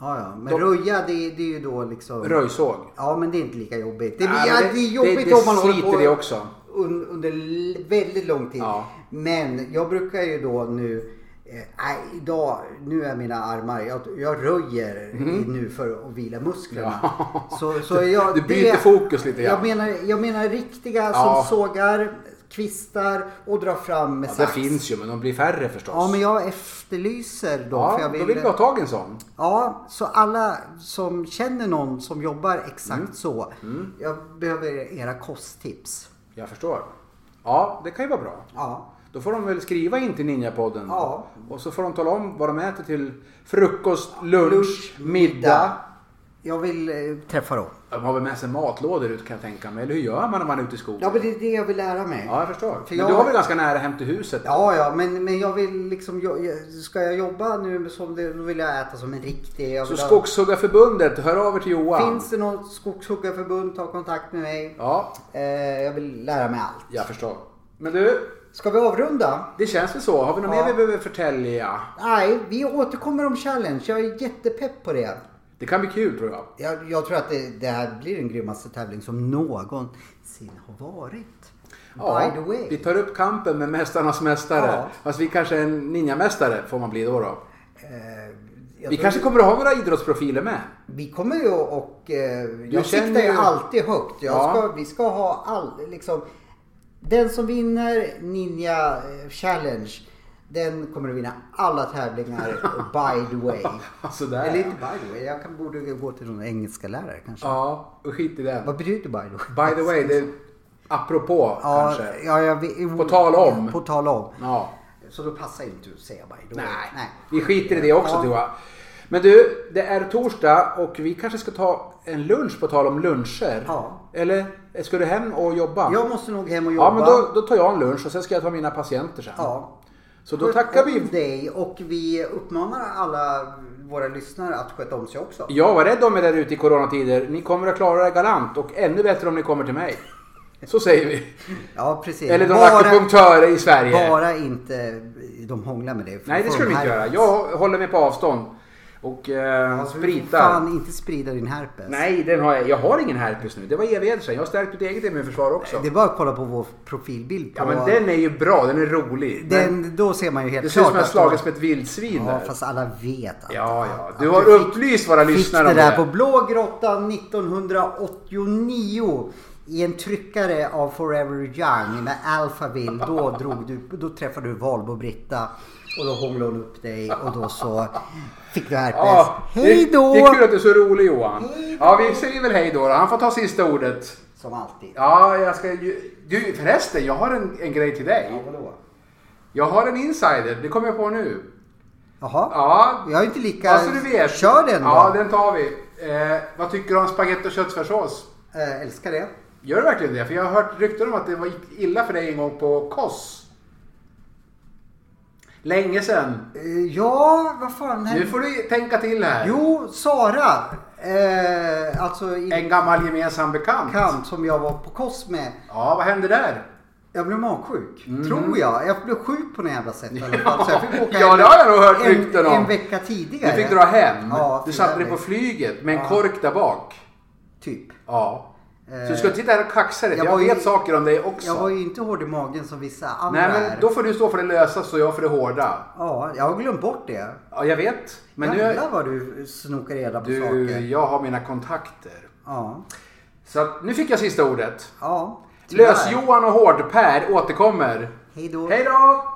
Speaker 2: ja, ja. Men
Speaker 1: de-
Speaker 2: röja det, det är ju då liksom...
Speaker 1: Röjsåg.
Speaker 2: Ja, men det är inte lika jobbigt. Det,
Speaker 1: Nej, men
Speaker 2: ja,
Speaker 1: det-
Speaker 2: det är jobbigt
Speaker 1: det- det
Speaker 2: om man håller
Speaker 1: sliter
Speaker 2: på
Speaker 1: det också.
Speaker 2: un- under l- väldigt lång tid.
Speaker 1: Ja.
Speaker 2: Men jag brukar ju då nu eh, Nej, idag, nu är mina armar, jag, jag röjer i- nu för att vila musklerna. Så, så jag,
Speaker 1: Mm. Du byter fokus lite grann.
Speaker 2: Jag menar, jag menar riktiga
Speaker 1: Ja.
Speaker 2: som sågar, kvistar och drar fram med
Speaker 1: Ja, det
Speaker 2: sax.
Speaker 1: finns ju, men de blir färre förstås.
Speaker 2: Ja, men jag efterlyser dem.
Speaker 1: Ja,
Speaker 2: för jag vill,
Speaker 1: då vill vi ha tag i en sån.
Speaker 2: Ja, så alla som känner någon som jobbar exakt
Speaker 1: Mm.
Speaker 2: så. Jag behöver era kosttips.
Speaker 1: Jag förstår. Ja, det kan ju vara bra.
Speaker 2: Ja.
Speaker 1: Då får de väl skriva in till Ninjapodden.
Speaker 2: Ja.
Speaker 1: Och så får de tala om vad de äter till frukost, lunch,
Speaker 2: Lunch,
Speaker 1: middag.
Speaker 2: jag vill eh, träffa dem.
Speaker 1: De har väl med sig matlådor ut kan jag tänka mig. Eller hur gör man när man är ute i skogen?
Speaker 2: Ja, men det är det jag vill lära mig.
Speaker 1: Ja, jag förstår.
Speaker 2: För
Speaker 1: Men
Speaker 2: jag-
Speaker 1: du har väl ganska nära hem till huset?
Speaker 2: Ja, ja, men, men jag vill liksom, jag, jag- ska jag jobba nu som det, då vill jag äta som en riktig. Jag
Speaker 1: Så
Speaker 2: vill ha-
Speaker 1: Skogshuggarförbundet, hör av er till Johan.
Speaker 2: Finns det något skogshuggarförbund, ta kontakt med mig.
Speaker 1: Ja,
Speaker 2: Eh, jag vill lära mig allt.
Speaker 1: jag förstår. Men du,
Speaker 2: Ska vi avrunda?
Speaker 1: det känns väl så. Har vi något
Speaker 2: Ja.
Speaker 1: mer vi behöver förtälja?
Speaker 2: Nej, vi återkommer om challenge. Jag är jättepepp på det.
Speaker 1: Det kan bli kul tror jag.
Speaker 2: Jag, jag tror att det, det här blir den grymmaste tävling som någonsin har varit.
Speaker 1: Ja,
Speaker 2: By the way.
Speaker 1: Vi tar upp kampen med Mästarnas Mästare.
Speaker 2: Ja.
Speaker 1: Fast vi kanske är en ninjamästare får man bli då. då.
Speaker 2: Eh, jag
Speaker 1: Vi
Speaker 2: tror-
Speaker 1: kanske kommer att ha några idrottsprofiler med.
Speaker 2: Vi kommer ju och... Eh, jag
Speaker 1: känner
Speaker 2: siktar ju
Speaker 1: ju-
Speaker 2: alltid högt. Jag
Speaker 1: Ja.
Speaker 2: ska, vi ska ha all... Liksom, den som vinner Ninja eh, Challenge, den kommer att vinna alla tävlingar by the way. Eh,
Speaker 1: Sådär.
Speaker 2: Eller inte by the way, jag kan, borde gå till någon engelska lärare kanske.
Speaker 1: Ja, och skit i den.
Speaker 2: Vad betyder by the way?
Speaker 1: By the way, det är apropå
Speaker 2: Ja,
Speaker 1: kanske.
Speaker 2: ja, jag vet-
Speaker 1: På tal om.
Speaker 2: På tal om.
Speaker 1: Ja.
Speaker 2: Så då passar ju inte att säga by the way.
Speaker 1: Nej, vi skiter i det också
Speaker 2: Ja.
Speaker 1: tror jag. Men du, det är torsdag och vi kanske ska ta en lunch på tal om luncher.
Speaker 2: Ja.
Speaker 1: Eller ska du hem och jobba?
Speaker 2: Jag måste nog hem och jobba.
Speaker 1: ja men då, då tar jag en lunch och sen ska jag ta mina patienter sen.
Speaker 2: Ja.
Speaker 1: Så då tackar
Speaker 2: Sköt om
Speaker 1: vi.
Speaker 2: dig och vi uppmanar alla våra lyssnare att sköta om sig också.
Speaker 1: Ja, var rädd om er där ute i coronatider. Ni kommer att klara er galant och ännu bättre om ni kommer till mig. Så säger vi.
Speaker 2: Ja, precis.
Speaker 1: Eller någon akupunktörer i Sverige.
Speaker 2: bara inte eh, de hånglar med dig.
Speaker 1: Nej, det ska de inte göra. Jag håller mig på avstånd. Och eh, spritar.
Speaker 2: Alltså, Fan, inte sprida din herpes.
Speaker 1: Nej, den har jag. jag har ingen herpes nu. Det var evigheter sedan. Jag har stärkt mitt eget immunförsvar också.
Speaker 2: Det är bara att kolla på vår profilbild. På,
Speaker 1: Ja, men den är ju bra. Den är rolig. Den,
Speaker 2: den- då ser man ju helt
Speaker 1: det ser ut som att jag
Speaker 2: att du har-
Speaker 1: slagits med ett vildsvin
Speaker 2: Ja,
Speaker 1: där.
Speaker 2: fast alla vet att
Speaker 1: Ja, ja.
Speaker 2: att
Speaker 1: Du har
Speaker 2: fick-
Speaker 1: upplyst våra
Speaker 2: Fick
Speaker 1: lyssnare
Speaker 2: det
Speaker 1: om
Speaker 2: där
Speaker 1: det.
Speaker 2: på Blå grottan 1989 i en tryckare av Forever Young med Alphaville. Då, drog du, då träffade du Valbo-Britta och då hånglade hon upp dig och då så fick du herpes.
Speaker 1: Ja,
Speaker 2: Hej då!
Speaker 1: Det, det är kul att du är så rolig Johan.
Speaker 2: Hej då!
Speaker 1: Ja, vi säger väl hej då. då. Han får ta sista ordet.
Speaker 2: Som alltid.
Speaker 1: Ja, jag ska ju... Du, förresten, jag har en, en grej till dig.
Speaker 2: vadå?
Speaker 1: Jag har en insider. Det kommer jag på nu.
Speaker 2: Jaha,
Speaker 1: Ja,
Speaker 2: jag är inte lika...
Speaker 1: ja så du vet.
Speaker 2: Kör den då!
Speaker 1: Ja, den tar vi. Eh, vad tycker du om spagetti och köttfärssås?
Speaker 2: Eh, älskar det.
Speaker 1: Gör du verkligen det? För jag har hört rykten om att det var gick illa för dig en gång på Kos. Länge sedan.
Speaker 2: Eh, ja, vad fan. här-
Speaker 1: Nu får du tänka till här.
Speaker 2: Jo, Sara. Eh, alltså i
Speaker 1: En gammal gemensam bekant.
Speaker 2: kamp som jag var på kost med.
Speaker 1: Ja, vad hände där?
Speaker 2: Jag blev magsjuk, tror jag. Jag blev sjuk på något jävla sätt i alla fall. Så jag fick
Speaker 1: Mm.
Speaker 2: åka
Speaker 1: Ja,
Speaker 2: hem
Speaker 1: det har jag nog hört rykten
Speaker 2: en,
Speaker 1: om.
Speaker 2: en vecka
Speaker 1: Du
Speaker 2: tidigare.
Speaker 1: fick dra hem.
Speaker 2: Ja,
Speaker 1: du
Speaker 2: tyvärr.
Speaker 1: satte dig på flyget med en kork där bak.
Speaker 2: Typ.
Speaker 1: Ja. Så du
Speaker 2: Eh,
Speaker 1: ska titta här och kaxa dig. för
Speaker 2: jag
Speaker 1: Jag,
Speaker 2: var ju-
Speaker 1: vet saker om dig också.
Speaker 2: Jag var ju inte hård i magen som vissa andra
Speaker 1: Nej,
Speaker 2: är.
Speaker 1: men då får du stå för det lösa så jag för det hårda.
Speaker 2: Ja, jag har glömt bort det.
Speaker 1: Ja, jag vet. Men nu...
Speaker 2: Jävlar vad du snokar reda på
Speaker 1: Du,
Speaker 2: saker.
Speaker 1: jag har mina kontakter.
Speaker 2: Ja.
Speaker 1: Så att, nu fick jag sista ordet.
Speaker 2: Ja. tyvärr.
Speaker 1: Lös-Johan och Hård-Per återkommer.
Speaker 2: Hej då.
Speaker 1: Hej då!